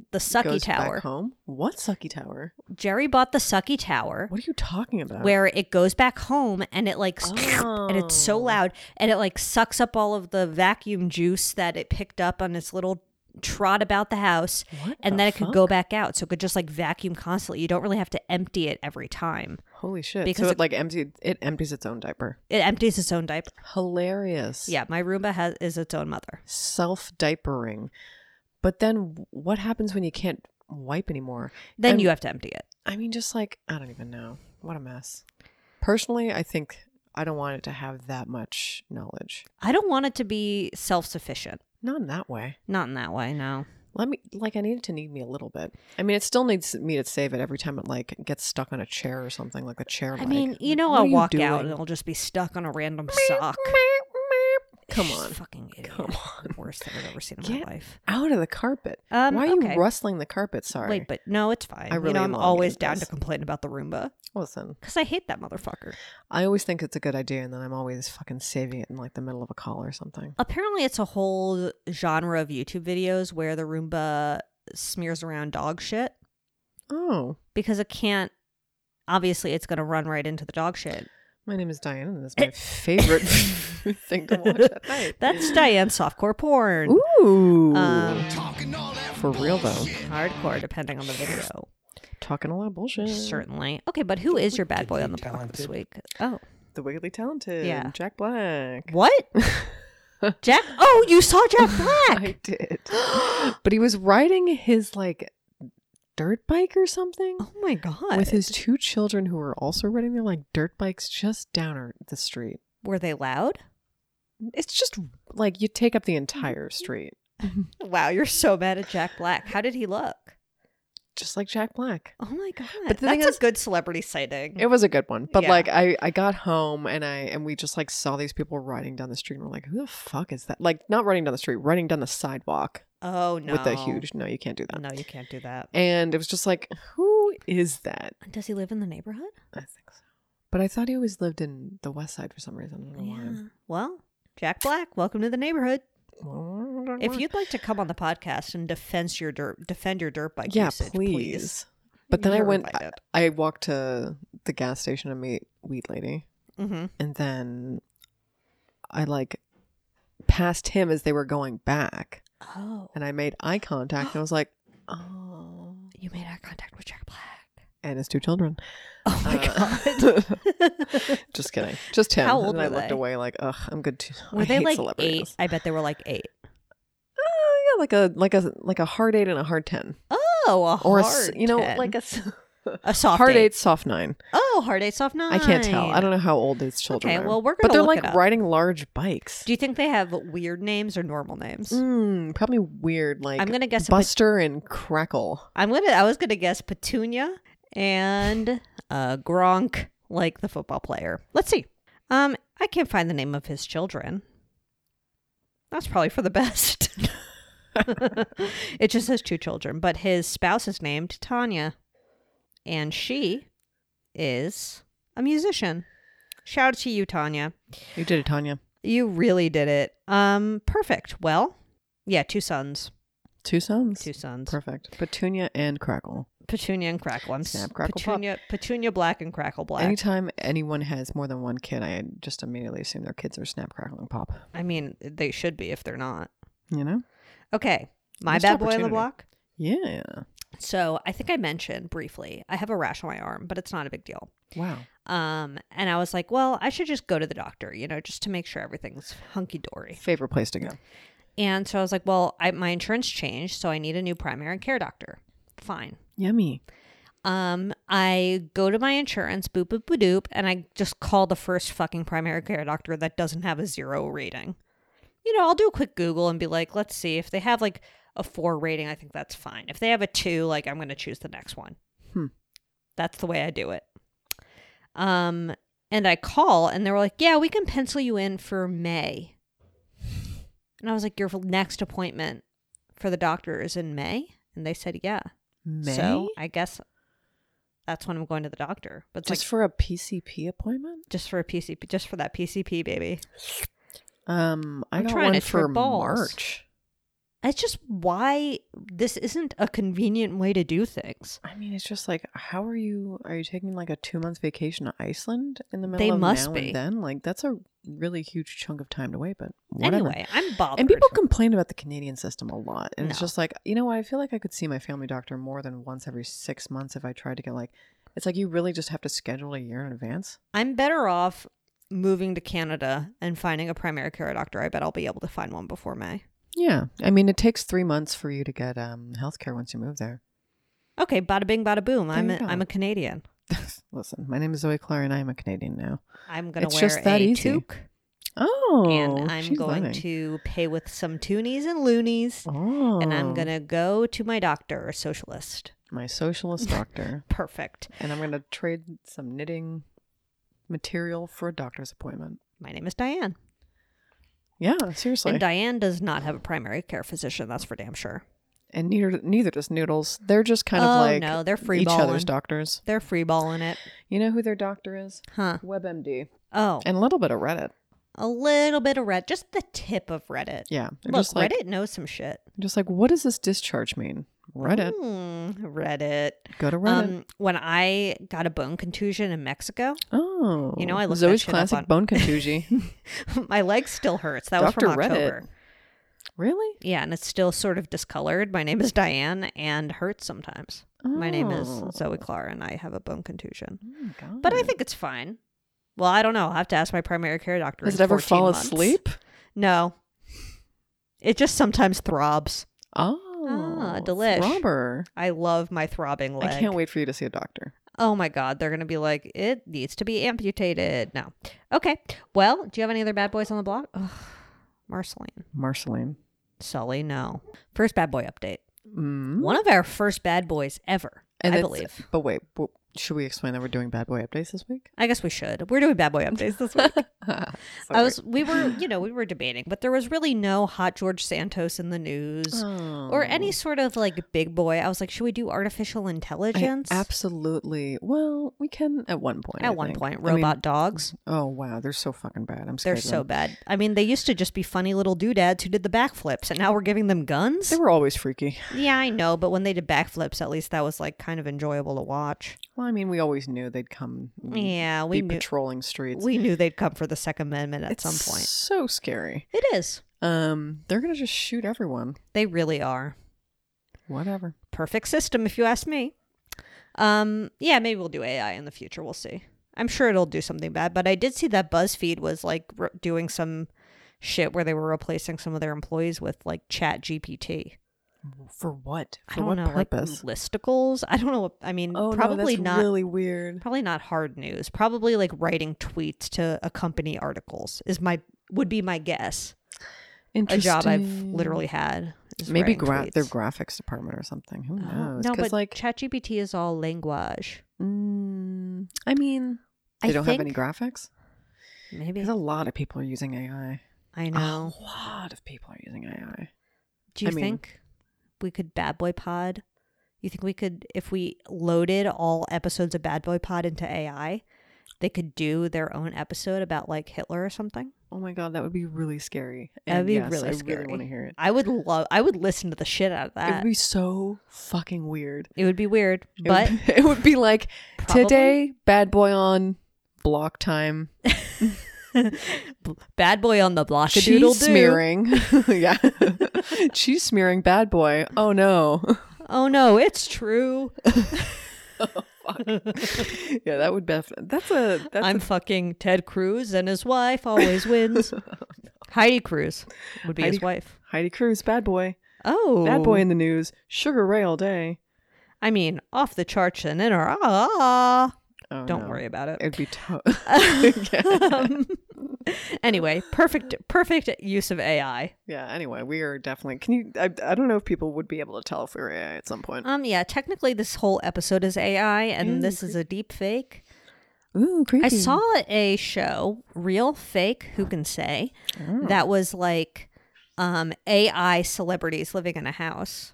Speaker 2: the sucky
Speaker 3: goes
Speaker 2: tower.
Speaker 3: back home. What sucky tower?
Speaker 2: Jerry bought the sucky tower
Speaker 3: What are you talking about?
Speaker 2: where it goes back home and it like (sniffs) and it's so
Speaker 3: Oh.
Speaker 2: loud and it like sucks up all of the vacuum juice that it picked up on its little trot about the house
Speaker 3: What
Speaker 2: and
Speaker 3: the
Speaker 2: then it could
Speaker 3: fuck?
Speaker 2: go back out so it could just like vacuum constantly you don't really have to empty it every time
Speaker 3: Holy shit!
Speaker 2: because
Speaker 3: so
Speaker 2: it-
Speaker 3: it like empties it empties its own diaper.
Speaker 2: it empties its own diaper
Speaker 3: Hilarious.
Speaker 2: yeah my roomba has is its own mother
Speaker 3: self diapering. But then what happens when you can't wipe anymore?
Speaker 2: then
Speaker 3: And-
Speaker 2: you have to empty it
Speaker 3: I mean, just like, I don't even know. What a mess. Personally, I think I don't want it to have that much knowledge.
Speaker 2: i don't want it to be self-sufficient
Speaker 3: Not in that way.
Speaker 2: not in that way no
Speaker 3: Let me, like, I need it to need me a little bit. I mean, it still needs me to save it every time it, like, gets stuck on a chair or something, like a chair.
Speaker 2: i
Speaker 3: leg.
Speaker 2: mean you
Speaker 3: Like,
Speaker 2: know
Speaker 3: what
Speaker 2: i'll
Speaker 3: are you
Speaker 2: walk
Speaker 3: doing?
Speaker 2: out and it'll just be stuck on a random sock
Speaker 3: Come
Speaker 2: She's a
Speaker 3: on.
Speaker 2: fucking idiot.
Speaker 3: Come on.
Speaker 2: The worst thing I've ever seen in
Speaker 3: Get
Speaker 2: my life.
Speaker 3: Out of the carpet.
Speaker 2: Um,
Speaker 3: Why are
Speaker 2: okay.
Speaker 3: you rustling the carpet? Sorry.
Speaker 2: Wait, but no, it's fine.
Speaker 3: I
Speaker 2: you
Speaker 3: really
Speaker 2: know,
Speaker 3: am
Speaker 2: I'm
Speaker 3: long
Speaker 2: always
Speaker 3: into
Speaker 2: down to
Speaker 3: this.
Speaker 2: complain about the Roomba
Speaker 3: Listen,
Speaker 2: because I hate that motherfucker.
Speaker 3: I always think it's a good idea, and then I'm always fucking saving it in like the middle of a call or something.
Speaker 2: Apparently, it's a whole genre of YouTube videos where the Roomba smears around dog shit
Speaker 3: Oh,
Speaker 2: because it can't. Obviously, it's going to run right into the dog shit.
Speaker 3: my name is Diane, and that's
Speaker 2: (laughs)
Speaker 3: my favorite (laughs) thing to watch at night. (laughs)
Speaker 2: That's Diane softcore porn.
Speaker 3: Ooh,
Speaker 2: Um,
Speaker 3: for real though.
Speaker 2: hardcore, depending on the video.
Speaker 3: Talking a lot of bullshit.
Speaker 2: Certainly. Okay, but who is your bad boy on the block this week? Oh,
Speaker 3: The wickedly talented,
Speaker 2: Yeah.
Speaker 3: Jack Black.
Speaker 2: what? Jack? Oh, you saw Jack Black.
Speaker 3: (laughs) I
Speaker 2: (gasps)
Speaker 3: did, but he was riding his like dirt bike or something.
Speaker 2: Oh my god!
Speaker 3: With his two children who were also riding their like dirt bikes just down our- the street.
Speaker 2: were they loud?
Speaker 3: It's just like you take up the entire
Speaker 2: Mm-hmm.
Speaker 3: street,
Speaker 2: Wow, you're so mad at Jack Black. How did he look?
Speaker 3: just like Jack Black.
Speaker 2: Oh my god!
Speaker 3: But the thing
Speaker 2: that's a
Speaker 3: is-
Speaker 2: good celebrity sighting.
Speaker 3: It was a good one, but
Speaker 2: Yeah.
Speaker 3: like I, I got home and I and we just like saw these people riding down the street and we're like, who the fuck is that? Like not running down the street, running down the sidewalk
Speaker 2: oh no!
Speaker 3: with a huge. No, you can't do that.
Speaker 2: No, you can't do that.
Speaker 3: And it was just like, who is that?
Speaker 2: Does he live in the neighborhood?
Speaker 3: I think so. But I thought he always lived in the West Side for some reason. I don't know
Speaker 2: Yeah. Well, Jack Black, welcome to the neighborhood.
Speaker 3: why.
Speaker 2: If you'd like to come on the podcast and defend your dirt, defend your dirt bike
Speaker 3: yeah,
Speaker 2: usage,
Speaker 3: please. But then I
Speaker 2: You're
Speaker 3: went. I,
Speaker 2: invited.
Speaker 3: I walked to the gas station to meet Weed Lady.
Speaker 2: hmm
Speaker 3: and then I like passed him as they were going back,
Speaker 2: Oh, (gasps)
Speaker 3: and I made eye contact, and I was like, "Oh,
Speaker 2: You made eye contact with Jack Black.
Speaker 3: and his two children.
Speaker 2: Oh my
Speaker 3: (laughs) Uh,
Speaker 2: god.
Speaker 3: Just kidding. Just him.
Speaker 2: How old
Speaker 3: and I
Speaker 2: were
Speaker 3: looked
Speaker 2: they?
Speaker 3: away like, ugh, I'm good too. I
Speaker 2: Were they
Speaker 3: hate
Speaker 2: like eight?
Speaker 3: celebrities.
Speaker 2: I bet they were like eight.
Speaker 3: Uh, yeah, like a like a like a hard eight and a hard ten,
Speaker 2: Oh, a
Speaker 3: or a s-
Speaker 2: hard
Speaker 3: you know
Speaker 2: 10.
Speaker 3: like a s-
Speaker 2: a soft
Speaker 3: (laughs) hard
Speaker 2: eight.
Speaker 3: eight, soft nine.
Speaker 2: Oh, hard eight, soft nine.
Speaker 3: I can't tell. I don't know how old these children
Speaker 2: Okay,
Speaker 3: are.
Speaker 2: well, we're
Speaker 3: but
Speaker 2: gonna
Speaker 3: they're
Speaker 2: look
Speaker 3: like
Speaker 2: it up.
Speaker 3: riding large bikes.
Speaker 2: Do you think they have weird names or normal names?
Speaker 3: Mm, probably weird. Like
Speaker 2: I'm gonna guess a pot-
Speaker 3: Buster and Crackle.
Speaker 2: I'm gonna. I was gonna guess Petunia and uh, Gronk, like the football player. Let's see. Um, I can't find the name of his children. That's probably for the best. (laughs) it just says two children, but his spouse is named Tanya, and she is a musician. Shout out to you, Tanya.
Speaker 3: You did it, Tanya.
Speaker 2: You really did it. Um, perfect. Well, yeah, two sons,
Speaker 3: Two sons.
Speaker 2: two sons.
Speaker 3: Perfect. Petunia and Crackle.
Speaker 2: Petunia and Crackle. I'm
Speaker 3: Snap,
Speaker 2: Snap,
Speaker 3: crackle, pop.
Speaker 2: Petunia, Petunia Black and Crackle Black.
Speaker 3: Anytime anyone has more than one kid, I just immediately assume their kids are Snap, Crackle, and Pop.
Speaker 2: I mean, they should be if they're not.
Speaker 3: You know?
Speaker 2: Okay, my
Speaker 3: Missed
Speaker 2: bad boy on the
Speaker 3: opportunity.
Speaker 2: block.
Speaker 3: Yeah.
Speaker 2: So I think I mentioned briefly I have a rash on my arm, but it's not a big deal.
Speaker 3: Wow.
Speaker 2: Um, and I was like, well, I should just go to the doctor, you know, just to make sure everything's hunky dory.
Speaker 3: Favorite place to go.
Speaker 2: And so I was like, well, I, my insurance changed, so I need a new primary care doctor. Fine.
Speaker 3: Yummy.
Speaker 2: Um, I go to my insurance, boop boop boop doop, and I just call the first fucking primary care doctor that doesn't have a zero rating. You know, I'll do a quick Google and be like, let's see if they have like a four rating. I think that's fine. If they have a two, like I'm gonna choose the next one.
Speaker 3: Hmm.
Speaker 2: That's the way I do it. Um, and I call, and they were like, yeah, we can pencil you in for May. And I was like, your next appointment for the doctor is in May, and they said, yeah.
Speaker 3: May?
Speaker 2: So I guess that's when I'm going to the doctor. But it's
Speaker 3: just
Speaker 2: like
Speaker 3: for a PCP appointment?
Speaker 2: just for a PCP, just for that PCP, baby.
Speaker 3: Um, I
Speaker 2: I'm
Speaker 3: got
Speaker 2: trying
Speaker 3: one
Speaker 2: to
Speaker 3: for
Speaker 2: trip balls.
Speaker 3: March.
Speaker 2: It's just why this isn't a convenient way to do things.
Speaker 3: I mean, it's just like, how are you? Are you taking like a two month vacation to Iceland in the middle
Speaker 2: They
Speaker 3: of
Speaker 2: must
Speaker 3: now
Speaker 2: be.
Speaker 3: and then? Like, that's a really huge chunk of time to wait. But whatever.
Speaker 2: Anyway, I'm bothered.
Speaker 3: And people complain about the Canadian system a lot. And it's
Speaker 2: No.
Speaker 3: just like, you know what? I feel like I could see my family doctor more than once every six months if I tried to get like, it's like you really just have to schedule a year in advance.
Speaker 2: I'm better off moving to Canada and finding a primary care doctor. I bet I'll be able to find one before May.
Speaker 3: Yeah. I mean, it takes three months for you to get um, health care once you move there. (laughs)
Speaker 2: Okay, bada bing, bada boom. I'm
Speaker 3: There
Speaker 2: a,
Speaker 3: you go.
Speaker 2: I'm a Canadian.
Speaker 3: Listen, my name is Zoe Clark and I am a Canadian now.
Speaker 2: I'm gonna
Speaker 3: It's
Speaker 2: wear
Speaker 3: just that
Speaker 2: a
Speaker 3: easy.
Speaker 2: toque,
Speaker 3: Oh.
Speaker 2: and I'm
Speaker 3: she's
Speaker 2: going
Speaker 3: learning.
Speaker 2: to pay with some toonies and loonies,
Speaker 3: Oh.
Speaker 2: and I'm gonna go to my doctor or socialist. (laughs)
Speaker 3: My socialist doctor.
Speaker 2: Perfect.
Speaker 3: and I'm going to trade some knitting material for a doctor's appointment.
Speaker 2: My name is Diane.
Speaker 3: Yeah, seriously.
Speaker 2: And Diane does not have a primary care physician, that's for damn sure.
Speaker 3: and neither neither does Noodles. They're just kind
Speaker 2: Oh,
Speaker 3: of like
Speaker 2: no, they're
Speaker 3: each other's
Speaker 2: freeballing.
Speaker 3: doctors.
Speaker 2: They're freeballing it.
Speaker 3: You know who their doctor is?
Speaker 2: Huh.
Speaker 3: WebMD
Speaker 2: Oh,
Speaker 3: and a little bit of Reddit.
Speaker 2: a little bit of Reddit, just the tip of Reddit.
Speaker 3: Yeah, they're
Speaker 2: Look,
Speaker 3: just like
Speaker 2: Reddit knows some shit.
Speaker 3: just like what does this discharge mean? Reddit,
Speaker 2: Hmm, Reddit.
Speaker 3: go to Reddit.
Speaker 2: Um, when I got a bone contusion in Mexico, (laughs)
Speaker 3: oh,
Speaker 2: you know, I looked that
Speaker 3: Zoe's
Speaker 2: shit up
Speaker 3: classic
Speaker 2: on-
Speaker 3: bone
Speaker 2: (laughs)
Speaker 3: contusion.
Speaker 2: my leg still hurts. That was from
Speaker 3: Dr. Reddit.
Speaker 2: October.
Speaker 3: really?
Speaker 2: Yeah, and it's still sort of discolored. My name is Diane and hurts sometimes. My name is
Speaker 3: Oh.
Speaker 2: Zoe Clark and I have a bone contusion.
Speaker 3: Oh my God.
Speaker 2: But I think it's fine. Well, I don't know. I'll have to ask my primary care doctor.
Speaker 3: does
Speaker 2: in
Speaker 3: it ever
Speaker 2: 14
Speaker 3: fall
Speaker 2: months.
Speaker 3: asleep?
Speaker 2: No. It just sometimes throbs.
Speaker 3: Oh,
Speaker 2: Ah, delish.
Speaker 3: Robber.
Speaker 2: I love my throbbing
Speaker 3: I
Speaker 2: leg.
Speaker 3: can't wait for you to see a doctor.
Speaker 2: Oh my god, they're gonna be like, it needs to be amputated. No. Okay. Well, do you have any other bad boys on the block? Ugh. Marceline.
Speaker 3: Marceline.
Speaker 2: Sully, no. First bad boy update.
Speaker 3: Mm.
Speaker 2: One of our first bad boys ever, I
Speaker 3: that's-
Speaker 2: believe.
Speaker 3: But wait, w- should we explain that we're doing bad boy updates this week?
Speaker 2: I guess we should. We're doing bad boy updates this week. I
Speaker 3: (laughs) Sorry.
Speaker 2: was we were, you know, we were debating, but there was really no hot George Santos in the news.
Speaker 3: Oh.
Speaker 2: or any sort of like big boy. I was like, should we do artificial
Speaker 3: I
Speaker 2: intelligence?
Speaker 3: absolutely. Well, we can at one point. I
Speaker 2: At one
Speaker 3: think.
Speaker 2: point,
Speaker 3: I mean-
Speaker 2: robot dogs.
Speaker 3: oh wow, they're so fucking bad. I'm
Speaker 2: They're
Speaker 3: scared. of
Speaker 2: so
Speaker 3: them.
Speaker 2: bad. I mean, they used to just be funny little doodads who did the backflips, and now we're giving them guns?
Speaker 3: They were always freaky. (laughs)
Speaker 2: Yeah, I know, but when they did backflips, at least that was like kind of enjoyable to watch.
Speaker 3: Well, I mean, we always knew they'd come. and
Speaker 2: Yeah, we
Speaker 3: be
Speaker 2: knew,
Speaker 3: patrolling streets
Speaker 2: we knew they'd come for the Second Amendment at
Speaker 3: It's
Speaker 2: some point.
Speaker 3: So scary.
Speaker 2: It is.
Speaker 3: Um, they're gonna just shoot everyone.
Speaker 2: They really are.
Speaker 3: Whatever.
Speaker 2: perfect system if you ask me um yeah maybe we'll do ai in the future we'll see i'm sure it'll do something bad but i did see that buzzfeed was like re- doing some shit where they were replacing some of their employees with like chat gpt
Speaker 3: For what?
Speaker 2: i
Speaker 3: For
Speaker 2: don't
Speaker 3: what
Speaker 2: know
Speaker 3: purpose?
Speaker 2: like listicles i don't know what, i mean
Speaker 3: oh,
Speaker 2: probably
Speaker 3: no, that's
Speaker 2: not
Speaker 3: really weird.
Speaker 2: probably not hard news probably like writing tweets to accompany articles is my would be my guess a
Speaker 3: Interesting.
Speaker 2: job i've literally had is
Speaker 3: maybe
Speaker 2: writing
Speaker 3: gra- their
Speaker 2: tweets.
Speaker 3: graphics department or something. Who
Speaker 2: Oh,
Speaker 3: knows?
Speaker 2: no
Speaker 3: 'Cause,
Speaker 2: but
Speaker 3: like,
Speaker 2: ChatGPT is all language
Speaker 3: mm, I mean, they
Speaker 2: I
Speaker 3: don't have any
Speaker 2: think-
Speaker 3: graphics.
Speaker 2: Maybe
Speaker 3: Because a lot of people are using AI.
Speaker 2: I know.
Speaker 3: A lot of people are using AI.
Speaker 2: Do you
Speaker 3: I mean-
Speaker 2: think we could Bad Boy Pod? You think we could, if we loaded all episodes of Bad Boy Pod into AI, they could do their own episode about like Hitler or something?
Speaker 3: Oh my god, that would be really scary.
Speaker 2: That'd
Speaker 3: And
Speaker 2: be
Speaker 3: yes,
Speaker 2: really
Speaker 3: I
Speaker 2: scary.
Speaker 3: really want to hear it.
Speaker 2: I would love. I would listen to the shit out of
Speaker 3: It
Speaker 2: that.
Speaker 3: would be so fucking weird.
Speaker 2: weird,
Speaker 3: (laughs) It
Speaker 2: but
Speaker 3: would, it would be like
Speaker 2: probably-
Speaker 3: today, bad boy on block
Speaker 2: (laughs)
Speaker 3: time.
Speaker 2: Bad Boy on the block.
Speaker 3: She's smearing. (laughs) yeah, (laughs) she's smearing bad boy. Oh no. (laughs)
Speaker 2: Oh no, it's true. (laughs)
Speaker 3: yeah, that would be. That's a. That's
Speaker 2: I'm
Speaker 3: a
Speaker 2: fucking Ted Cruz, and his wife always
Speaker 3: (laughs)
Speaker 2: wins. Heidi Cruz would be
Speaker 3: Heidi-
Speaker 2: his wife.
Speaker 3: Heidi Cruz, bad boy,
Speaker 2: Oh,
Speaker 3: bad boy in the news, Sugar Ray all day.
Speaker 2: I mean, off the charts and in our ah, ah,
Speaker 3: Oh,
Speaker 2: ah. Don't
Speaker 3: no.
Speaker 2: worry about it.
Speaker 3: It'd be (laughs) tough.
Speaker 2: (laughs) Um, anyway, perfect, perfect use of AI.
Speaker 3: yeah. Anyway, we are definitely. Can you? I, I don't know if people would be able to tell if we were AI at some point.
Speaker 2: Um, yeah, technically this whole episode is AI, and
Speaker 3: Ooh,
Speaker 2: this is a deep fake.
Speaker 3: Uh, Ooh, creepy.
Speaker 2: I saw a show, real fake, who can say, that was like, um, AI celebrities living in a house,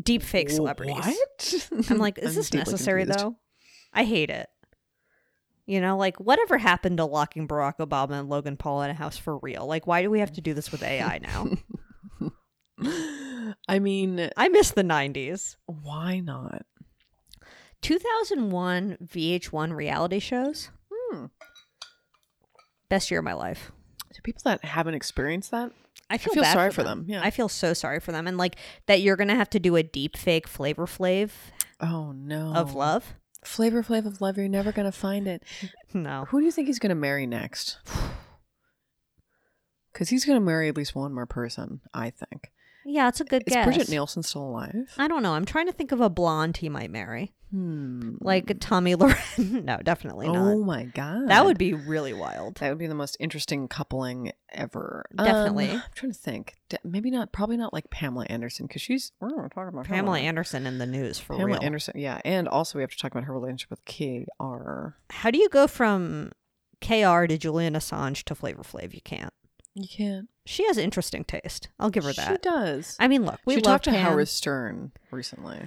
Speaker 2: deep fake celebrities.
Speaker 3: What?
Speaker 2: (laughs) I'm like, is
Speaker 3: I'm
Speaker 2: this
Speaker 3: deeply
Speaker 2: necessary
Speaker 3: confused.
Speaker 2: though? I hate it. You know, like whatever happened to locking Barack Obama and Logan Paul in a house for real? Like, why do we have to do this with AI (laughs) now?
Speaker 3: (laughs) I mean,
Speaker 2: I miss the 90s.
Speaker 3: why not?
Speaker 2: 2001 VH1 reality shows.
Speaker 3: Hmm.
Speaker 2: Best year of my life.
Speaker 3: To people that haven't experienced that,
Speaker 2: I feel,
Speaker 3: feel
Speaker 2: bad
Speaker 3: sorry
Speaker 2: for,
Speaker 3: for
Speaker 2: them.
Speaker 3: them, yeah.
Speaker 2: I feel so sorry for them. And like that you're going to have to do a deep fake flavor flave
Speaker 3: oh no,
Speaker 2: of love. (laughs)
Speaker 3: Flavor Flav of love, you're never gonna find it.
Speaker 2: No.
Speaker 3: Who do you think he's gonna marry next? (sighs) Because he's gonna marry at least one more person, I think.
Speaker 2: Yeah, it's a good
Speaker 3: Is
Speaker 2: guess. Uh,
Speaker 3: Bridget Nielsen still alive?
Speaker 2: I don't know. I'm trying to think of a blonde he might marry.
Speaker 3: Hmm.
Speaker 2: Like Tommy (laughs) Loren. no, definitely
Speaker 3: oh
Speaker 2: not.
Speaker 3: my god,
Speaker 2: That would be really wild.
Speaker 3: That would be the most interesting coupling ever. Um,
Speaker 2: Definitely.
Speaker 3: I'm trying to think. De- maybe not. Probably not like Pamela Anderson because she's. We're not talking about her
Speaker 2: Pamela
Speaker 3: a lot.
Speaker 2: Anderson in the news for
Speaker 3: Pamela
Speaker 2: real.
Speaker 3: Anderson. Yeah, and also we have to talk about her relationship with K.R.
Speaker 2: How do you go from KR to Julian Assange to Flavor Flav? You can't.
Speaker 3: You can't.
Speaker 2: She has interesting taste. I'll give her
Speaker 3: She
Speaker 2: that.
Speaker 3: does.
Speaker 2: I mean, look, we
Speaker 3: she
Speaker 2: love
Speaker 3: talked to
Speaker 2: Pam.
Speaker 3: Howard Stern recently,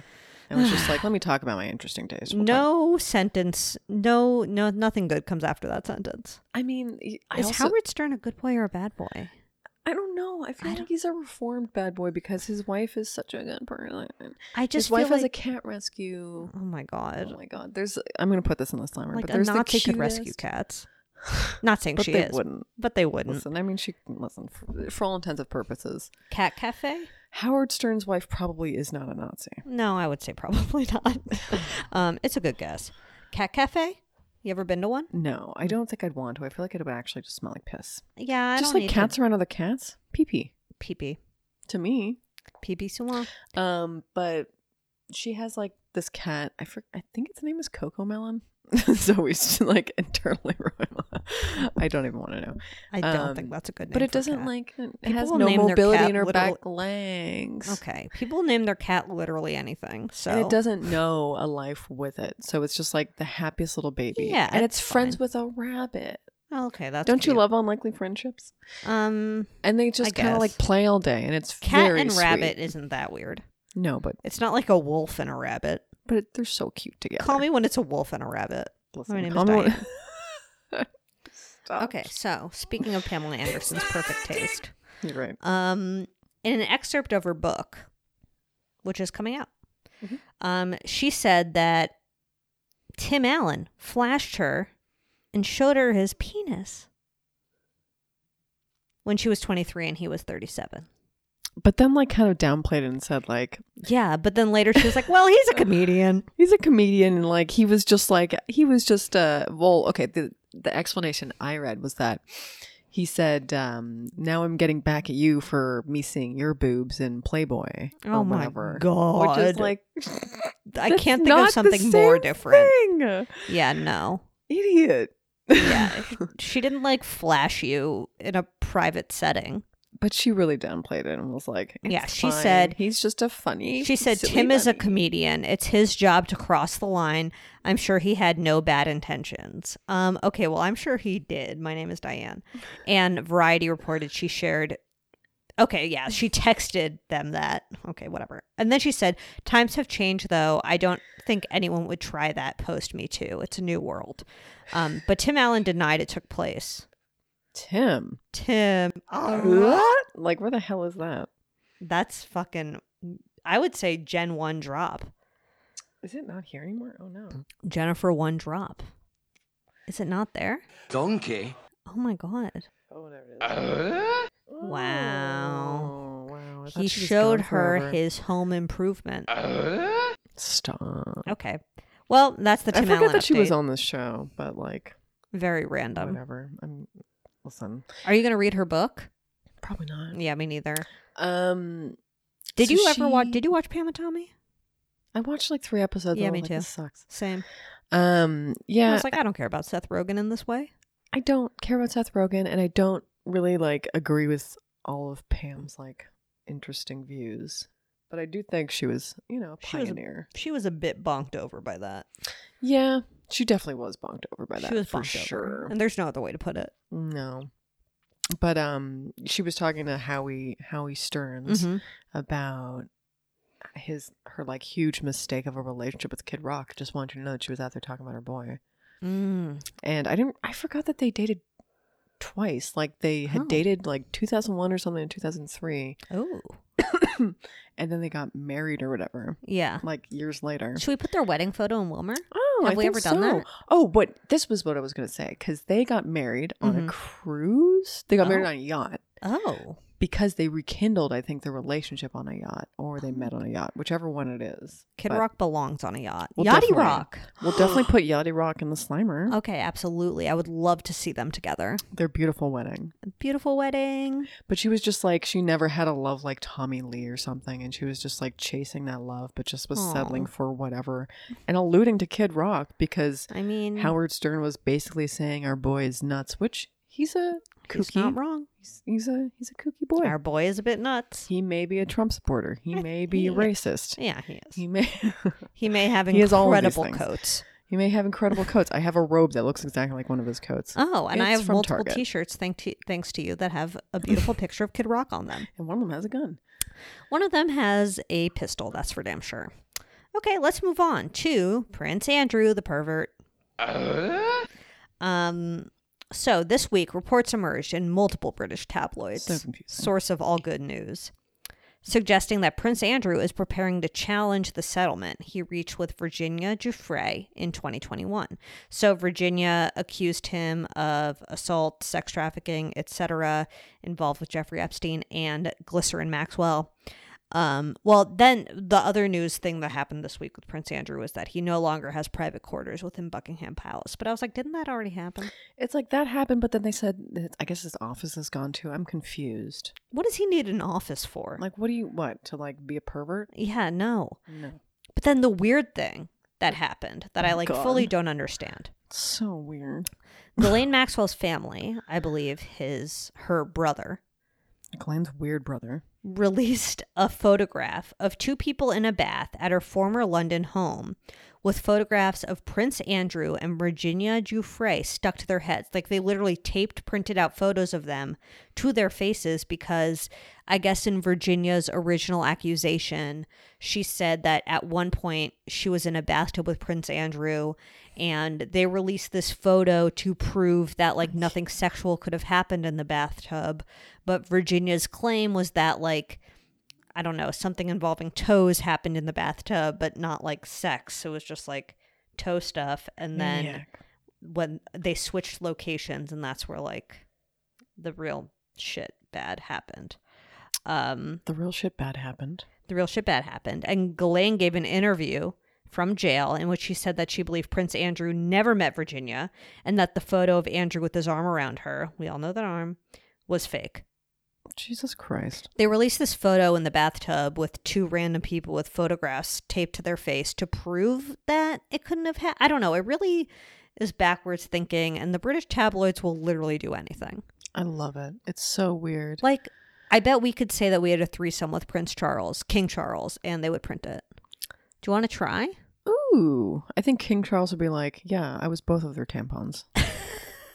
Speaker 3: and was
Speaker 2: (sighs)
Speaker 3: just like, "Let me talk about my interesting days." We'll talk-
Speaker 2: no sentence. No, no, nothing good comes after that sentence.
Speaker 3: I mean, he- I
Speaker 2: Is
Speaker 3: also-
Speaker 2: Howard Stern a good boy or a bad boy?
Speaker 3: I don't know. I feel
Speaker 2: I
Speaker 3: like
Speaker 2: don't-
Speaker 3: he's a reformed bad boy because his wife is such a good person.
Speaker 2: I just
Speaker 3: his wife
Speaker 2: feel
Speaker 3: has a
Speaker 2: like-
Speaker 3: cat rescue.
Speaker 2: Oh my god!
Speaker 3: Oh my god! There's I'm gonna put this in the slammer,
Speaker 2: like
Speaker 3: but
Speaker 2: a
Speaker 3: there's
Speaker 2: Nazi
Speaker 3: the
Speaker 2: could rescue
Speaker 3: cutest-
Speaker 2: cats. Not saying
Speaker 3: but
Speaker 2: she
Speaker 3: they
Speaker 2: is,
Speaker 3: wouldn't
Speaker 2: but they wouldn't.
Speaker 3: listen. I mean, she listen for, for all intents and purposes.
Speaker 2: Cat cafe?
Speaker 3: Howard Stern's wife probably is not a Nazi.
Speaker 2: No, I would say probably (laughs) not. um, it's a good guess. Cat cafe? You ever been to one?
Speaker 3: No, I don't think I'd want to. I feel like it would actually just smell like piss.
Speaker 2: Yeah, Mm. I
Speaker 3: just
Speaker 2: don't
Speaker 3: like
Speaker 2: need
Speaker 3: cats
Speaker 2: to...
Speaker 3: around other cats, pee pee
Speaker 2: pee pee
Speaker 3: to me.
Speaker 2: pee pee soin.
Speaker 3: Um, but she has like this cat. I for, I think its name is Coco Melon. (laughs) so we just like internally (laughs) ruin. I don't even want to know.
Speaker 2: I don't
Speaker 3: Um,
Speaker 2: think that's a good. Name
Speaker 3: But it
Speaker 2: for a
Speaker 3: doesn't
Speaker 2: cat.
Speaker 3: like it
Speaker 2: People
Speaker 3: has
Speaker 2: will
Speaker 3: no
Speaker 2: name their
Speaker 3: mobility
Speaker 2: cat Oh,
Speaker 3: in her
Speaker 2: literal-
Speaker 3: back legs.
Speaker 2: Okay, people name their cat literally anything. So
Speaker 3: And it doesn't know a life with it. So it's just like the happiest little baby.
Speaker 2: Yeah,
Speaker 3: And it's
Speaker 2: it's
Speaker 3: friends
Speaker 2: fine.
Speaker 3: with a rabbit.
Speaker 2: Okay, that's
Speaker 3: Don't you
Speaker 2: cute.
Speaker 3: love unlikely friendships?
Speaker 2: Um,
Speaker 3: And they just kind of
Speaker 2: guess.
Speaker 3: like play all day and it's
Speaker 2: cat
Speaker 3: very
Speaker 2: and rabbit
Speaker 3: sweet.
Speaker 2: isn't that weird.
Speaker 3: No, but
Speaker 2: It's not like a wolf and a rabbit.
Speaker 3: but it- they're so cute together.
Speaker 2: Call me when it's a wolf and a rabbit.
Speaker 3: Listen,
Speaker 2: My name is
Speaker 3: call me when- (laughs) Stop.
Speaker 2: Okay, so speaking of Pamela Anderson's perfect taste,
Speaker 3: You're right.
Speaker 2: um, in an excerpt of her book, which is coming out,
Speaker 3: Mhm.
Speaker 2: um, she said that Tim Allen flashed her and showed her his penis when she was 23 and he was 37.
Speaker 3: But then, like, kind of downplayed it and said, like,
Speaker 2: Yeah, but then later she was like, "Well, he's a
Speaker 3: (laughs)
Speaker 2: comedian."
Speaker 3: he's a comedian, and like, he was just like, he was just uh, well, okay. The the explanation I read was that he said, um, "Now I'm getting back at you for me seeing your boobs in Playboy or
Speaker 2: Oh my
Speaker 3: whatever."
Speaker 2: god!
Speaker 3: Which is like,
Speaker 2: I
Speaker 3: that's
Speaker 2: can't think
Speaker 3: not
Speaker 2: of
Speaker 3: the
Speaker 2: something more
Speaker 3: same
Speaker 2: different.
Speaker 3: thing.
Speaker 2: Yeah, no.
Speaker 3: Idiot.
Speaker 2: Yeah, she didn't like flash you in a private setting.
Speaker 3: (laughs) But she really downplayed it and was like,
Speaker 2: Yeah,
Speaker 3: "It's
Speaker 2: she
Speaker 3: fine.
Speaker 2: said-
Speaker 3: he's just a funny."
Speaker 2: She said
Speaker 3: silly
Speaker 2: Tim is a
Speaker 3: bunny."
Speaker 2: comedian. It's his job to cross the line. I'm sure he had no bad intentions. Um, okay, well, I'm sure he did. My name is Diane. And Variety reported she shared. Okay, yeah, she texted them that. Okay, whatever. And then she said, "Times have changed, though. I don't think anyone would try that post Me Too. It's a new world." Um, but Tim Allen denied it took place.
Speaker 3: Tim.
Speaker 2: Tim,
Speaker 3: What? Like, where the hell is that?
Speaker 2: that's fucking. I would say Gen One drop.
Speaker 3: Is it not here anymore? Oh no.
Speaker 2: Jennifer One Drop. Is it not there?
Speaker 1: Donkey.
Speaker 2: Oh my god.
Speaker 3: Oh, there it is.
Speaker 2: Wow.
Speaker 3: Oh, wow. I thought
Speaker 2: He
Speaker 3: she was
Speaker 2: showed
Speaker 3: gone
Speaker 2: her
Speaker 3: forever.
Speaker 2: his home improvement.
Speaker 3: Stop.
Speaker 2: Okay. Well, that's the
Speaker 3: Oh. I
Speaker 2: Tim
Speaker 3: forgot
Speaker 2: Allen
Speaker 3: that she was
Speaker 2: update.
Speaker 3: on this show, but like,
Speaker 2: Very random.
Speaker 3: whatever. I'm listen.
Speaker 2: Are you going to read her book?
Speaker 3: Probably not.
Speaker 2: Yeah, me neither.
Speaker 3: Um,
Speaker 2: Did
Speaker 3: So
Speaker 2: you ever watch
Speaker 3: she-
Speaker 2: Did you watch Pam and Tommy?
Speaker 3: I watched like three episodes.
Speaker 2: Yeah,
Speaker 3: and I
Speaker 2: me
Speaker 3: was like,
Speaker 2: too.
Speaker 3: This sucks.
Speaker 2: Same.
Speaker 3: Um,
Speaker 2: I
Speaker 3: yeah,
Speaker 2: was like, I don't care about Seth Rogen in this way.
Speaker 3: I don't care about Seth Rogen, and I don't really like agree with all of Pam's like interesting views. But I do think she was, you know, a
Speaker 2: She was a-
Speaker 3: pioneer.
Speaker 2: She was a bit bonked over by that.
Speaker 3: yeah, she definitely was bonked over by that.
Speaker 2: she was
Speaker 3: for
Speaker 2: bonked
Speaker 3: sure.
Speaker 2: over. And there's no other way to put it.
Speaker 3: No, but um, she was talking to Howie Howie Stearns
Speaker 2: Mhm.
Speaker 3: about his her like huge mistake of a relationship with Kid Rock. Just wanted you to know that she was out there talking about her boy.
Speaker 2: Mm.
Speaker 3: and I didn't. I forgot that they dated twice. Like they had
Speaker 2: Oh.
Speaker 3: dated like 2001 or something in 2003,
Speaker 2: Oh.
Speaker 3: and then they got married or whatever,
Speaker 2: Yeah.
Speaker 3: like years later.
Speaker 2: Should we put their wedding photo in Wilmer?
Speaker 3: Oh,
Speaker 2: Have we ever done that?
Speaker 3: Oh, but this was what I was gonna say because they got married on
Speaker 2: Mhm.
Speaker 3: a cruise. They got married
Speaker 2: Oh.
Speaker 3: on a yacht
Speaker 2: Oh.
Speaker 3: because they rekindled, I think, their relationship on a yacht, or
Speaker 2: Oh
Speaker 3: they met on a yacht, whichever one it is.
Speaker 2: Kid
Speaker 3: But
Speaker 2: Rock belongs on a yacht.
Speaker 3: Well,
Speaker 2: Yachty
Speaker 3: definitely.
Speaker 2: Rock. Um,
Speaker 3: We'll
Speaker 2: (gasps)
Speaker 3: definitely put Yachty Rock in the Slimer.
Speaker 2: Okay, absolutely. I would love to see them together.
Speaker 3: Their beautiful wedding.
Speaker 2: Beautiful wedding.
Speaker 3: But she was just like she never had a love like Tommy Lee or something, and she was just like chasing that love, but just was settling
Speaker 2: Aw.
Speaker 3: for whatever, and alluding to Kid Rock because
Speaker 2: I mean,
Speaker 3: Howard Stern was basically saying our boy is nuts, which he's a kooky.
Speaker 2: he's not wrong.
Speaker 3: He's, he's a he's a kooky boy.
Speaker 2: Our boy is a bit nuts.
Speaker 3: he may be a Trump supporter. He
Speaker 2: (laughs) I-
Speaker 3: may be
Speaker 2: he-
Speaker 3: racist.
Speaker 2: yeah, he is.
Speaker 3: He may
Speaker 2: (laughs) He may have
Speaker 3: He has all of these
Speaker 2: incredible
Speaker 3: things.
Speaker 2: coats.
Speaker 3: he may have incredible coats. I have a robe that looks exactly like one of his coats,
Speaker 2: Oh, and I
Speaker 3: It's
Speaker 2: have
Speaker 3: from
Speaker 2: multiple
Speaker 3: Target.
Speaker 2: T-shirts, thank to, thanks to you, that have a
Speaker 3: (laughs)
Speaker 2: beautiful picture of Kid Rock on them.
Speaker 3: and one of them has a gun.
Speaker 2: One of them has a pistol. That's for damn sure. Okay, let's move on to Prince Andrew the pervert.
Speaker 3: Uh?
Speaker 2: Um, so this week, reports emerged in multiple British tabloids,
Speaker 3: So confusing.
Speaker 2: source of all good news, suggesting that Prince Andrew is preparing to challenge the settlement he reached with Virginia Giuffre in 2021. So Virginia accused him of assault, sex trafficking, etc., involved with Jeffrey Epstein and Glycerin Maxwell. Um, well, then the other news thing that happened this week with Prince Andrew was that he no longer has private quarters within Buckingham Palace. But I was like, didn't that already happen?
Speaker 3: It's like that happened, but then they said, that- I guess his office is gone too. I'm confused.
Speaker 2: What does he need an office for?
Speaker 3: Like, what do you what to like be a pervert?
Speaker 2: yeah, no.
Speaker 3: No,
Speaker 2: But then the weird thing that happened that I like fully
Speaker 3: Oh, God.
Speaker 2: don't understand.
Speaker 3: so weird.
Speaker 2: Ghislaine Maxwell's family, I believe his her brother,
Speaker 3: Glenn's weird brother.
Speaker 2: released a photograph of two people in a bath at her former London home with photographs of Prince Andrew and Virginia Giuffre stuck to their heads. Like they literally taped printed out photos of them to their faces because I guess in Virginia's original accusation, she said that at one point she was in a bathtub with Prince Andrew and they released this photo to prove that like nothing sexual could have happened in the bathtub. But Virginia's claim was that like I don't know, something involving toes happened in the bathtub, but not like sex. It was just like toe stuff. And then
Speaker 3: Maniac.
Speaker 2: when they switched locations, and that's where like the real shit bad happened. um,
Speaker 3: The real shit bad happened.
Speaker 2: the real shit bad happened. And Ghislaine gave an interview from jail in which she said that she believed Prince Andrew never met Virginia and that the photo of Andrew with his arm around her, we all know that arm, was fake.
Speaker 3: Jesus Christ.
Speaker 2: They released this photo in the bathtub with two random people with photographs taped to their face to prove that it couldn't have happened. I don't know. It really is backwards thinking, and the British tabloids will literally do anything.
Speaker 3: I love it. It's so weird.
Speaker 2: Like, I bet we could say that we had a threesome with Prince Charles, King Charles, and they would print it. Do you want to try?
Speaker 3: Ooh. I think King Charles would be like, yeah, I was both of
Speaker 2: (laughs)
Speaker 3: their tampons.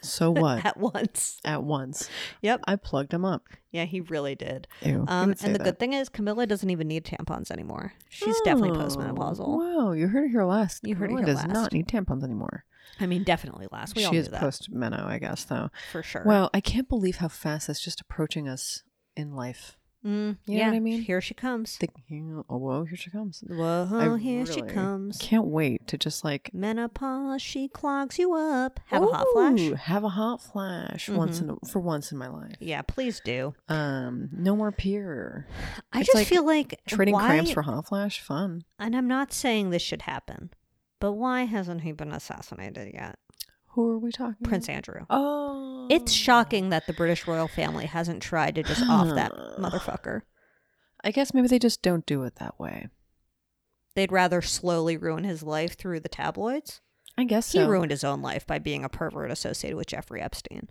Speaker 3: so what?
Speaker 2: At (laughs) once.
Speaker 3: At once.
Speaker 2: Yep.
Speaker 3: I plugged them up.
Speaker 2: Yeah, he really did.
Speaker 3: Ew. he
Speaker 2: Um,
Speaker 3: would say
Speaker 2: and the
Speaker 3: that.
Speaker 2: good thing is, Camilla doesn't even need tampons anymore. She's definitely
Speaker 3: Oh,
Speaker 2: postmenopausal.
Speaker 3: Wow, you heard it here last.
Speaker 2: You heard it
Speaker 3: Camilla
Speaker 2: here
Speaker 3: does
Speaker 2: last.
Speaker 3: not need tampons anymore.
Speaker 2: I mean, definitely last. We all
Speaker 3: she
Speaker 2: knew
Speaker 3: is
Speaker 2: that
Speaker 3: post meno, I guess, though.
Speaker 2: for sure.
Speaker 3: Wow, I can't believe how fast that's just approaching us in life.
Speaker 2: Mm,
Speaker 3: You know
Speaker 2: yeah,
Speaker 3: what I mean?
Speaker 2: Here she comes.
Speaker 3: Thinking, oh, whoa, here she comes.
Speaker 2: Whoa,
Speaker 3: I
Speaker 2: Oh, here she
Speaker 3: really
Speaker 2: comes.
Speaker 3: Can't wait to just like
Speaker 2: Menopause, she clogs you up. Have a hot flash. Mm-hmm.
Speaker 3: Ooh, Have a hot flash once in a, for once in my life.
Speaker 2: Yeah, please do.
Speaker 3: Um, no more peer.
Speaker 2: I
Speaker 3: It's
Speaker 2: just
Speaker 3: like
Speaker 2: feel like
Speaker 3: Trading
Speaker 2: why,
Speaker 3: cramps for hot flash, fun.
Speaker 2: And I'm not saying this should happen, but why hasn't he been assassinated yet,
Speaker 3: Who are we talking?
Speaker 2: Prince
Speaker 3: about?
Speaker 2: Andrew?
Speaker 3: Oh,
Speaker 2: It's shocking that the British royal family hasn't tried to just off
Speaker 3: (sighs)
Speaker 2: that motherfucker.
Speaker 3: Oh. I guess maybe they just don't do it that way.
Speaker 2: They'd rather slowly ruin his life through the tabloids.
Speaker 3: I guess so.
Speaker 2: He ruined his own life by being a pervert associated with Jeffrey Epstein.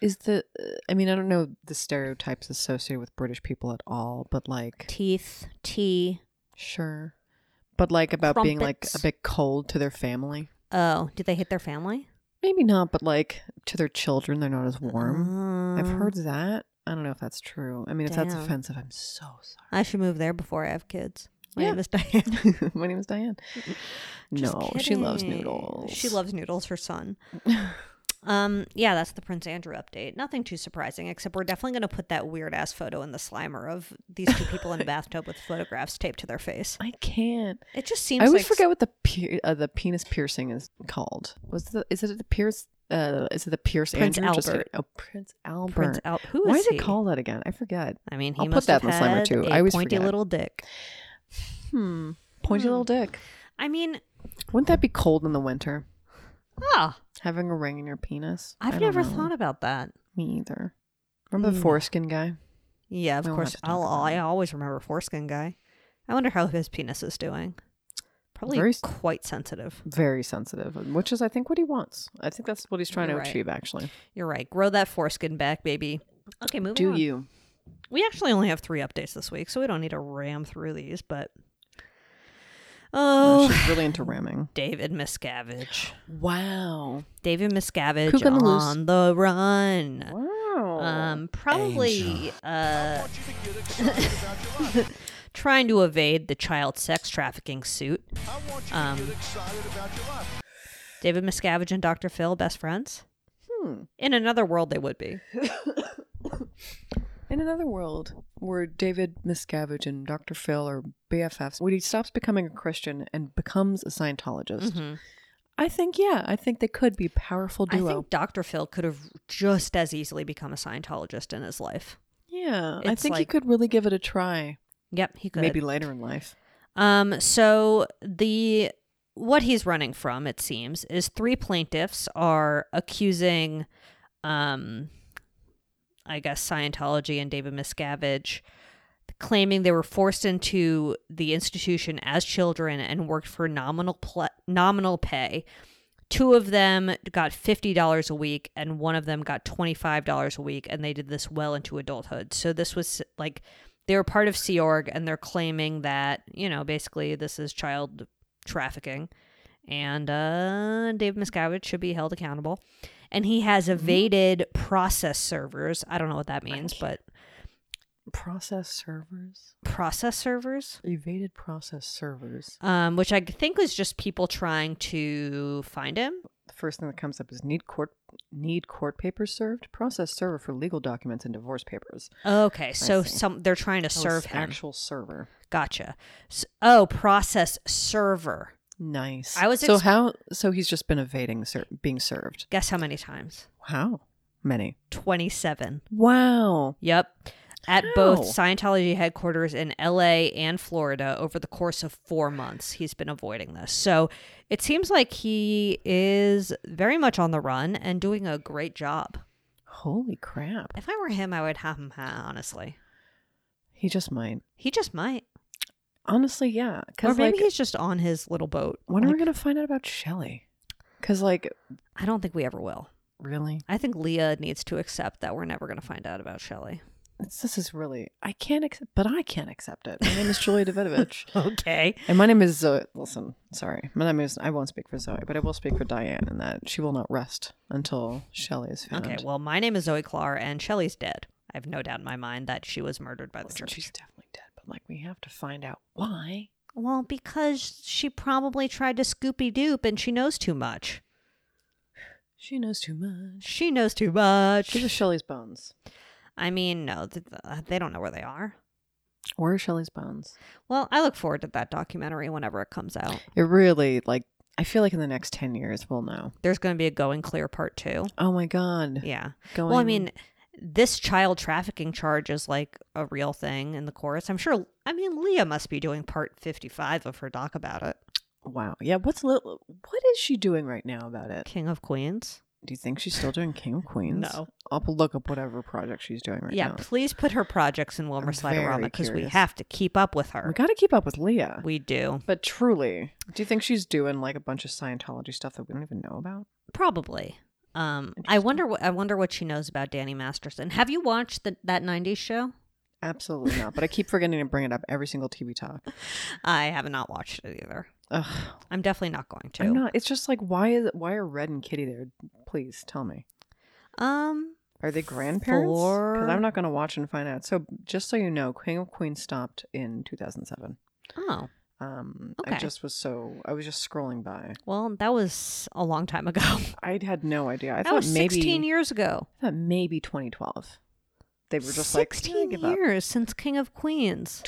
Speaker 3: Is the? uh, I mean, I don't know the stereotypes associated with British people at all, but like,
Speaker 2: Teeth, tea.
Speaker 3: sure, but like about being like a
Speaker 2: Crumpets.
Speaker 3: bit cold to their family.
Speaker 2: Oh, did they hit their family?
Speaker 3: Maybe not, but like to their children, they're not as warm. I've
Speaker 2: Oh.
Speaker 3: heard that. I don't know if that's true. I mean, if that's
Speaker 2: Damn.
Speaker 3: offensive, I'm so sorry.
Speaker 2: I should move there before I have kids. My
Speaker 3: Yeah.
Speaker 2: name is (laughs) Diane.
Speaker 3: (laughs) My name is Diane.
Speaker 2: Just
Speaker 3: no, she loves
Speaker 2: kidding.
Speaker 3: noodles.
Speaker 2: She loves noodles, her
Speaker 3: (laughs)
Speaker 2: son. um, yeah, that's the Prince Andrew update. Nothing too surprising, except we're definitely gonna put that weird ass photo in the slimer of these two people
Speaker 3: (laughs)
Speaker 2: in a bathtub with photographs taped to their face.
Speaker 3: I can't.
Speaker 2: It just
Speaker 3: I
Speaker 2: seems
Speaker 3: always
Speaker 2: like
Speaker 3: forget what the pier- uh, the penis piercing is called. Was the is it the Pierce? Uh, is it the Pierce
Speaker 2: Prince
Speaker 3: Andrew? Just
Speaker 2: Albert.
Speaker 3: kidding. oh, Prince Albert.
Speaker 2: Prince out. Who is
Speaker 3: Why is
Speaker 2: he?
Speaker 3: it called that again? I forget.
Speaker 2: I mean, he
Speaker 3: I'll put
Speaker 2: must
Speaker 3: that
Speaker 2: have
Speaker 3: in the slimer,
Speaker 2: had
Speaker 3: too.
Speaker 2: a
Speaker 3: I always
Speaker 2: pointy
Speaker 3: forget.
Speaker 2: little dick.
Speaker 3: Hmm. Pointy little dick.
Speaker 2: I mean,
Speaker 3: Wouldn't that be cold in the winter?
Speaker 2: ah,
Speaker 3: Having a ring in your penis. I
Speaker 2: I've
Speaker 3: don't
Speaker 2: never
Speaker 3: know.
Speaker 2: thought about that.
Speaker 3: me either. Remember
Speaker 2: Mm.
Speaker 3: the foreskin guy?
Speaker 2: Yeah, of
Speaker 3: We'll have
Speaker 2: course.
Speaker 3: to talk
Speaker 2: I'll,
Speaker 3: about
Speaker 2: I
Speaker 3: it.
Speaker 2: always remember foreskin guy. I wonder how his penis is doing. Probably
Speaker 3: Very s-
Speaker 2: quite sensitive.
Speaker 3: Very sensitive, which is I think what he wants. I think that's what he's trying
Speaker 2: You're
Speaker 3: to
Speaker 2: right.
Speaker 3: achieve. Actually,
Speaker 2: You're right. Grow that foreskin back, baby. Okay, moving
Speaker 3: do
Speaker 2: on.
Speaker 3: you?
Speaker 2: We actually only have three updates this week, so we don't need to ram through these. But oh,
Speaker 3: She's really into ramming.
Speaker 2: (sighs) David Miscavige,
Speaker 3: Wow.
Speaker 2: David Miscavige
Speaker 3: Cook on the loose.
Speaker 2: on the run.
Speaker 3: Wow.
Speaker 2: Um, probably uh, (laughs) trying to evade the child sex trafficking suit. Um, David Miscavige and Dr. Phil, best friends.
Speaker 3: Hmm.
Speaker 2: In another world, they would be.
Speaker 3: In another world where David Miscavige and Dr. Phil are BFFs, when he stops becoming a Christian and becomes a Scientologist, I think, yeah, I think they could be powerful
Speaker 2: Mm-hmm. I
Speaker 3: duo.
Speaker 2: think Dr. Phil could have just as easily become a Scientologist in his life.
Speaker 3: yeah, I
Speaker 2: it's
Speaker 3: think he
Speaker 2: like-
Speaker 3: could really give it a try.
Speaker 2: Yep, he could.
Speaker 3: Maybe later in life.
Speaker 2: Um, so the what he's running from, it seems, is three plaintiffs are accusing, um, I guess Scientology and David Miscavige, claiming they were forced into the institution as children and worked for nominal pl- nominal pay. Two of them got fifty dollars a week, and one of them got twenty five dollars a week, and they did this well into adulthood. So this was like they were part of Sea Org, and they're claiming that you know basically this is child trafficking, and uh, Dave Miscavige should be held accountable. And he has evaded process servers. I don't know what that means, but
Speaker 3: Process servers?
Speaker 2: process servers,
Speaker 3: Evaded process servers.
Speaker 2: um, which I think was just people trying to find him.
Speaker 3: The first thing that comes up is need court need court papers served? Process server for legal documents and divorce papers.
Speaker 2: Oh, Okay, so
Speaker 3: see.
Speaker 2: some they're trying to
Speaker 3: Oh,
Speaker 2: serve
Speaker 3: it's
Speaker 2: him.
Speaker 3: Actual server.
Speaker 2: gotcha. S oh, process server.
Speaker 3: Nice.
Speaker 2: I was
Speaker 3: so
Speaker 2: ex-
Speaker 3: how so he's just been evading ser- being served.
Speaker 2: Guess how many times?
Speaker 3: Wow, many.
Speaker 2: Twenty-seven.
Speaker 3: Wow.
Speaker 2: Yep. at both
Speaker 3: How?
Speaker 2: Scientology headquarters in LA and Florida over the course of four months. He's been avoiding this. So it seems like he is very much on the run and doing a great job.
Speaker 3: Holy crap.
Speaker 2: If I were him, I would have him, ha, honestly.
Speaker 3: He just might.
Speaker 2: He just might.
Speaker 3: Honestly, yeah.
Speaker 2: Or
Speaker 3: Because
Speaker 2: maybe
Speaker 3: like,
Speaker 2: he's just on his little boat.
Speaker 3: when are
Speaker 2: Like,
Speaker 3: we gonna find out about Shelley? Because like,
Speaker 2: I don't think we ever will.
Speaker 3: really,
Speaker 2: I think Leah needs to accept that we're never going to find out about
Speaker 3: (laughs)
Speaker 2: Shelley.
Speaker 3: it's, this is really I can't accept, but I can't accept it. My name is Julia Davidovich,
Speaker 2: (laughs) Okay.
Speaker 3: and my name is Zoe. Listen, sorry, my name is. I won't speak for Zoe, but I will speak for Diane, in that she will not rest until Shelley is found.
Speaker 2: Okay. Well, my name is Zoe Clar, and Shelley's dead. I have no doubt in my mind that she was murdered by the
Speaker 3: Listen,
Speaker 2: church.
Speaker 3: she's definitely dead, but like, we have to find out why.
Speaker 2: Well, because she probably tried to Scoopy Doop, and she knows too much.
Speaker 3: She knows too much.
Speaker 2: She knows too much.
Speaker 3: Give us Shelley's bones.
Speaker 2: I mean, no, th- th- they don't know where they are.
Speaker 3: Where are Shelley's bones?
Speaker 2: Well, I look forward to that documentary whenever it comes out.
Speaker 3: It really like. I feel like in the next ten years we'll know.
Speaker 2: There's going to be a Going Clear part two.
Speaker 3: Oh my god.
Speaker 2: Yeah.
Speaker 3: Going.
Speaker 2: Well, I mean, this child trafficking charge is like a real thing in the courts. I'm sure. I mean, Leah must be doing part 55 of her doc about it.
Speaker 3: Wow. Yeah. What's Lil what is she doing right now about it?
Speaker 2: King of Queens.
Speaker 3: Do you think she's still doing King of Queens?
Speaker 2: No.
Speaker 3: I'll look up whatever project she's doing right
Speaker 2: yeah,
Speaker 3: now.
Speaker 2: please put her projects in Wilmer
Speaker 3: I'm
Speaker 2: Sliderama
Speaker 3: very
Speaker 2: because we
Speaker 3: curious.
Speaker 2: have to keep up with her.
Speaker 3: We got to keep up with Leah.
Speaker 2: we do.
Speaker 3: but truly, do you think she's doing like a bunch of Scientology stuff that we don't even know about?
Speaker 2: Probably. Um, I
Speaker 3: Interesting.
Speaker 2: wonder. What, I wonder what she knows about Danny Masterson. Have you watched the, that '90s show?
Speaker 3: Absolutely not. But I keep forgetting to bring it up every single TV talk.
Speaker 2: I have not watched it either.
Speaker 3: Ugh.
Speaker 2: I'm definitely not going to.
Speaker 3: I'm not. It's just like why is why are Red and Kitty there? Please tell me.
Speaker 2: Um,
Speaker 3: Are they grandparents? Because
Speaker 2: For-
Speaker 3: I'm not going to watch and find out. So just so you know, King of Queens stopped in 2007.
Speaker 2: oh,
Speaker 3: Um, I
Speaker 2: Okay.
Speaker 3: just was so I was just scrolling by.
Speaker 2: well, that was a long time ago.
Speaker 3: I had no idea. (laughs) I
Speaker 2: that
Speaker 3: thought
Speaker 2: was
Speaker 3: maybe
Speaker 2: 16 years ago.
Speaker 3: I thought maybe 2012. They were just like
Speaker 2: 16
Speaker 3: "Yeah, give up."
Speaker 2: years since King of Queens.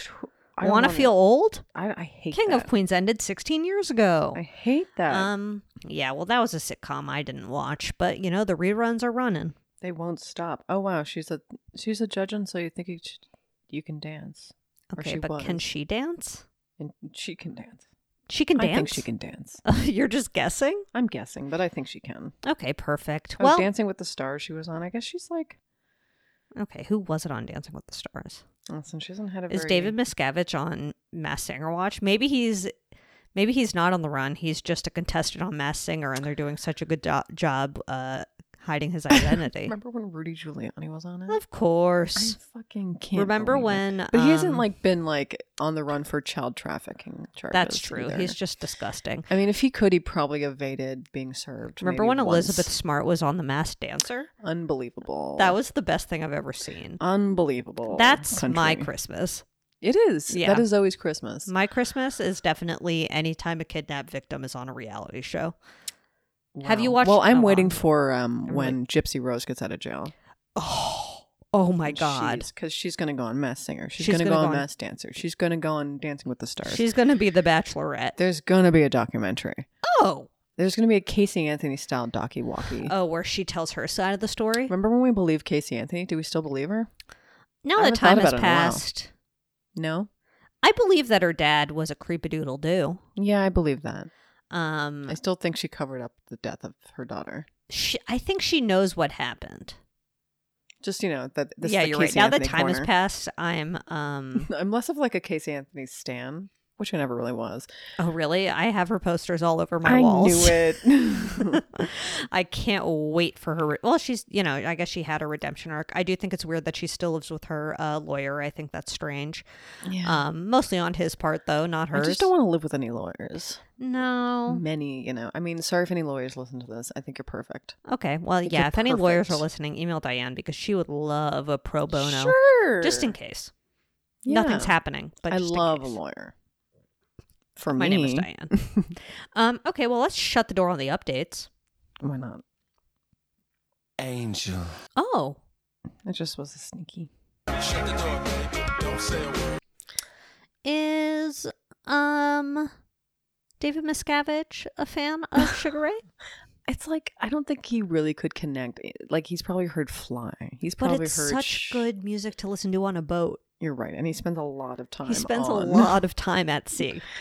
Speaker 3: I
Speaker 2: Want to
Speaker 3: wanna-
Speaker 2: feel old?
Speaker 3: I, I hate
Speaker 2: King of
Speaker 3: that.
Speaker 2: Queens ended 16 years ago.
Speaker 3: I hate that.
Speaker 2: Um, yeah, well, that was a sitcom I didn't watch, but you know the reruns are running.
Speaker 3: they won't stop. Oh wow, she's a she's a judge, and so you think you, should- you can dance? Or
Speaker 2: Okay,
Speaker 3: she
Speaker 2: but can
Speaker 3: was.
Speaker 2: she dance?
Speaker 3: And she can dance.
Speaker 2: She can dance.
Speaker 3: I think she can dance.
Speaker 2: (laughs) You're just guessing?
Speaker 3: I'm guessing, but I think she can.
Speaker 2: Okay, perfect.
Speaker 3: Oh,
Speaker 2: Well,
Speaker 3: Dancing with the Stars she was on. I guess she's like
Speaker 2: okay, who was it on Dancing with the Stars?
Speaker 3: listen, she hasn't had a
Speaker 2: Is
Speaker 3: very-
Speaker 2: David Miscavige on Mass Singer Watch? Maybe he's maybe he's not on the run. He's just a contestant on Mass Singer and they're doing such a good do- job uh hiding
Speaker 3: (laughs)
Speaker 2: his identity.
Speaker 3: Remember when Rudy Giuliani was on it?
Speaker 2: of course.
Speaker 3: I fucking can't.
Speaker 2: Remember
Speaker 3: believe it.
Speaker 2: when,
Speaker 3: But he hasn't
Speaker 2: um,
Speaker 3: like been like on the run for child trafficking charges.
Speaker 2: That's true.
Speaker 3: either.
Speaker 2: He's just disgusting.
Speaker 3: I mean, if he could, he probably evaded being served.
Speaker 2: Remember
Speaker 3: maybe
Speaker 2: when
Speaker 3: once. Oh.
Speaker 2: Elizabeth Smart was on The Masked Dancer?
Speaker 3: Unbelievable.
Speaker 2: That was the best thing I've ever seen.
Speaker 3: unbelievable.
Speaker 2: That's my
Speaker 3: Oh, country.
Speaker 2: Christmas.
Speaker 3: It is.
Speaker 2: Yeah.
Speaker 3: That is always Christmas.
Speaker 2: My Christmas is definitely anytime a kidnapped victim is on a reality
Speaker 3: (gasps)
Speaker 2: show. Have you
Speaker 3: Wow.
Speaker 2: watched-
Speaker 3: Well, I'm
Speaker 2: oh,
Speaker 3: waiting
Speaker 2: um,
Speaker 3: for um
Speaker 2: I'm
Speaker 3: when Gypsy Rose gets out of jail.
Speaker 2: Oh, oh my God.
Speaker 3: Because she's gonna go on Mass Singer. She's,
Speaker 2: She's
Speaker 3: gonna,
Speaker 2: gonna go
Speaker 3: go on
Speaker 2: on-
Speaker 3: Mass Dancer. She's gonna go on Dancing with the Stars.
Speaker 2: She's going to be the bachelorette.
Speaker 3: There's gonna be a documentary.
Speaker 2: Oh.
Speaker 3: There's gonna be a Casey Anthony style docu walkie.
Speaker 2: Oh, where she tells her side of the story.
Speaker 3: Remember when we believed Casey Anthony? Do we still believe her?
Speaker 2: Now
Speaker 3: I
Speaker 2: that
Speaker 3: haven't
Speaker 2: time
Speaker 3: thought
Speaker 2: has
Speaker 3: about it in a while.
Speaker 2: passed,
Speaker 3: No.
Speaker 2: I believe that her dad was a creepadoodle doo.
Speaker 3: Yeah, I believe that.
Speaker 2: Um,
Speaker 3: I still think she covered up the death of her daughter.
Speaker 2: she, I think she knows what happened.
Speaker 3: Just you know that. This is
Speaker 2: yeah,
Speaker 3: the
Speaker 2: you're
Speaker 3: Casey
Speaker 2: right. Now
Speaker 3: Anthony
Speaker 2: that time has
Speaker 3: corner.
Speaker 2: passed, I'm.
Speaker 3: (laughs)
Speaker 2: um
Speaker 3: I'm less of like a Casey Anthony stan, which I never really was.
Speaker 2: Oh, really? I have her posters all over my
Speaker 3: I
Speaker 2: walls.
Speaker 3: knew it.
Speaker 2: (laughs)
Speaker 3: (laughs)
Speaker 2: I can't wait for her. Re- well, she's, you know, I guess she had a redemption arc. I do think it's weird that she still lives with her uh, lawyer. I think that's strange.
Speaker 3: yeah.
Speaker 2: Um, mostly on his part, though, not
Speaker 3: I
Speaker 2: hers.
Speaker 3: just don't want to live with any lawyers.
Speaker 2: no.
Speaker 3: Many, you know. I mean, sorry if any lawyers listen to this. I think you're perfect.
Speaker 2: Okay. Well,
Speaker 3: Like,
Speaker 2: yeah.
Speaker 3: you're
Speaker 2: If any lawyers are
Speaker 3: perfect.
Speaker 2: listening, email Diane because she would love a pro bono,
Speaker 3: Sure.
Speaker 2: just in case
Speaker 3: Yeah.
Speaker 2: nothing's happening. But
Speaker 3: I
Speaker 2: just in
Speaker 3: love a
Speaker 2: case.
Speaker 3: lawyer. For
Speaker 2: My
Speaker 3: me,
Speaker 2: name is Diane. um, okay. Well, let's shut the door on the updates.
Speaker 3: Why not?
Speaker 1: Angel.
Speaker 2: Oh,
Speaker 3: It just was a sneaky.
Speaker 1: Shut the door, baby. Don't say a word.
Speaker 2: is
Speaker 3: (laughs)
Speaker 2: um David Miscavige a fan of Sugar Ray?
Speaker 3: it's like I don't think he really could connect. eh, Like he's probably heard "Fly." He's
Speaker 2: But
Speaker 3: probably
Speaker 2: it's
Speaker 3: heard
Speaker 2: such
Speaker 3: "Shh."
Speaker 2: good music to listen to on a boat.
Speaker 3: You're right, and he spends a lot of time.
Speaker 2: He spends a
Speaker 3: on-
Speaker 2: lot of time at sea.
Speaker 3: (laughs)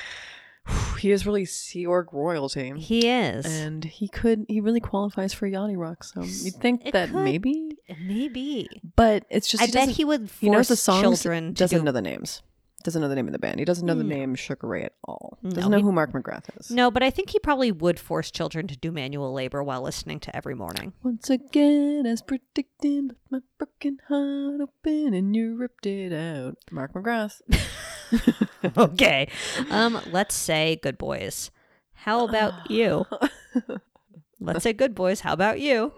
Speaker 3: He is really Sea Org royalty,
Speaker 2: He is.
Speaker 3: and he could. He really qualifies for Yachty Rock. So you'd think
Speaker 2: It
Speaker 3: that
Speaker 2: could.
Speaker 3: maybe,
Speaker 2: Maybe.
Speaker 3: but it's just.
Speaker 2: I
Speaker 3: he
Speaker 2: bet
Speaker 3: doesn't-
Speaker 2: he would force
Speaker 3: He knows the songs.
Speaker 2: children to
Speaker 3: doesn't
Speaker 2: do-
Speaker 3: know the names. Doesn't know the name of the band. He doesn't know the name Sugar Ray at all. Doesn't
Speaker 2: Mm, No,
Speaker 3: know
Speaker 2: he-
Speaker 3: who Mark McGrath is.
Speaker 2: No, but I think he probably would force children to do manual labor while listening to every morning. (laughs)
Speaker 3: Once again, as predicted, but my broken heart open and you ripped it out. Mark McGrath.
Speaker 2: (laughs)
Speaker 3: (laughs)
Speaker 2: okay. Um, let's say good boys. How
Speaker 3: (sighs)
Speaker 2: about you? Let's say good boys. How about you?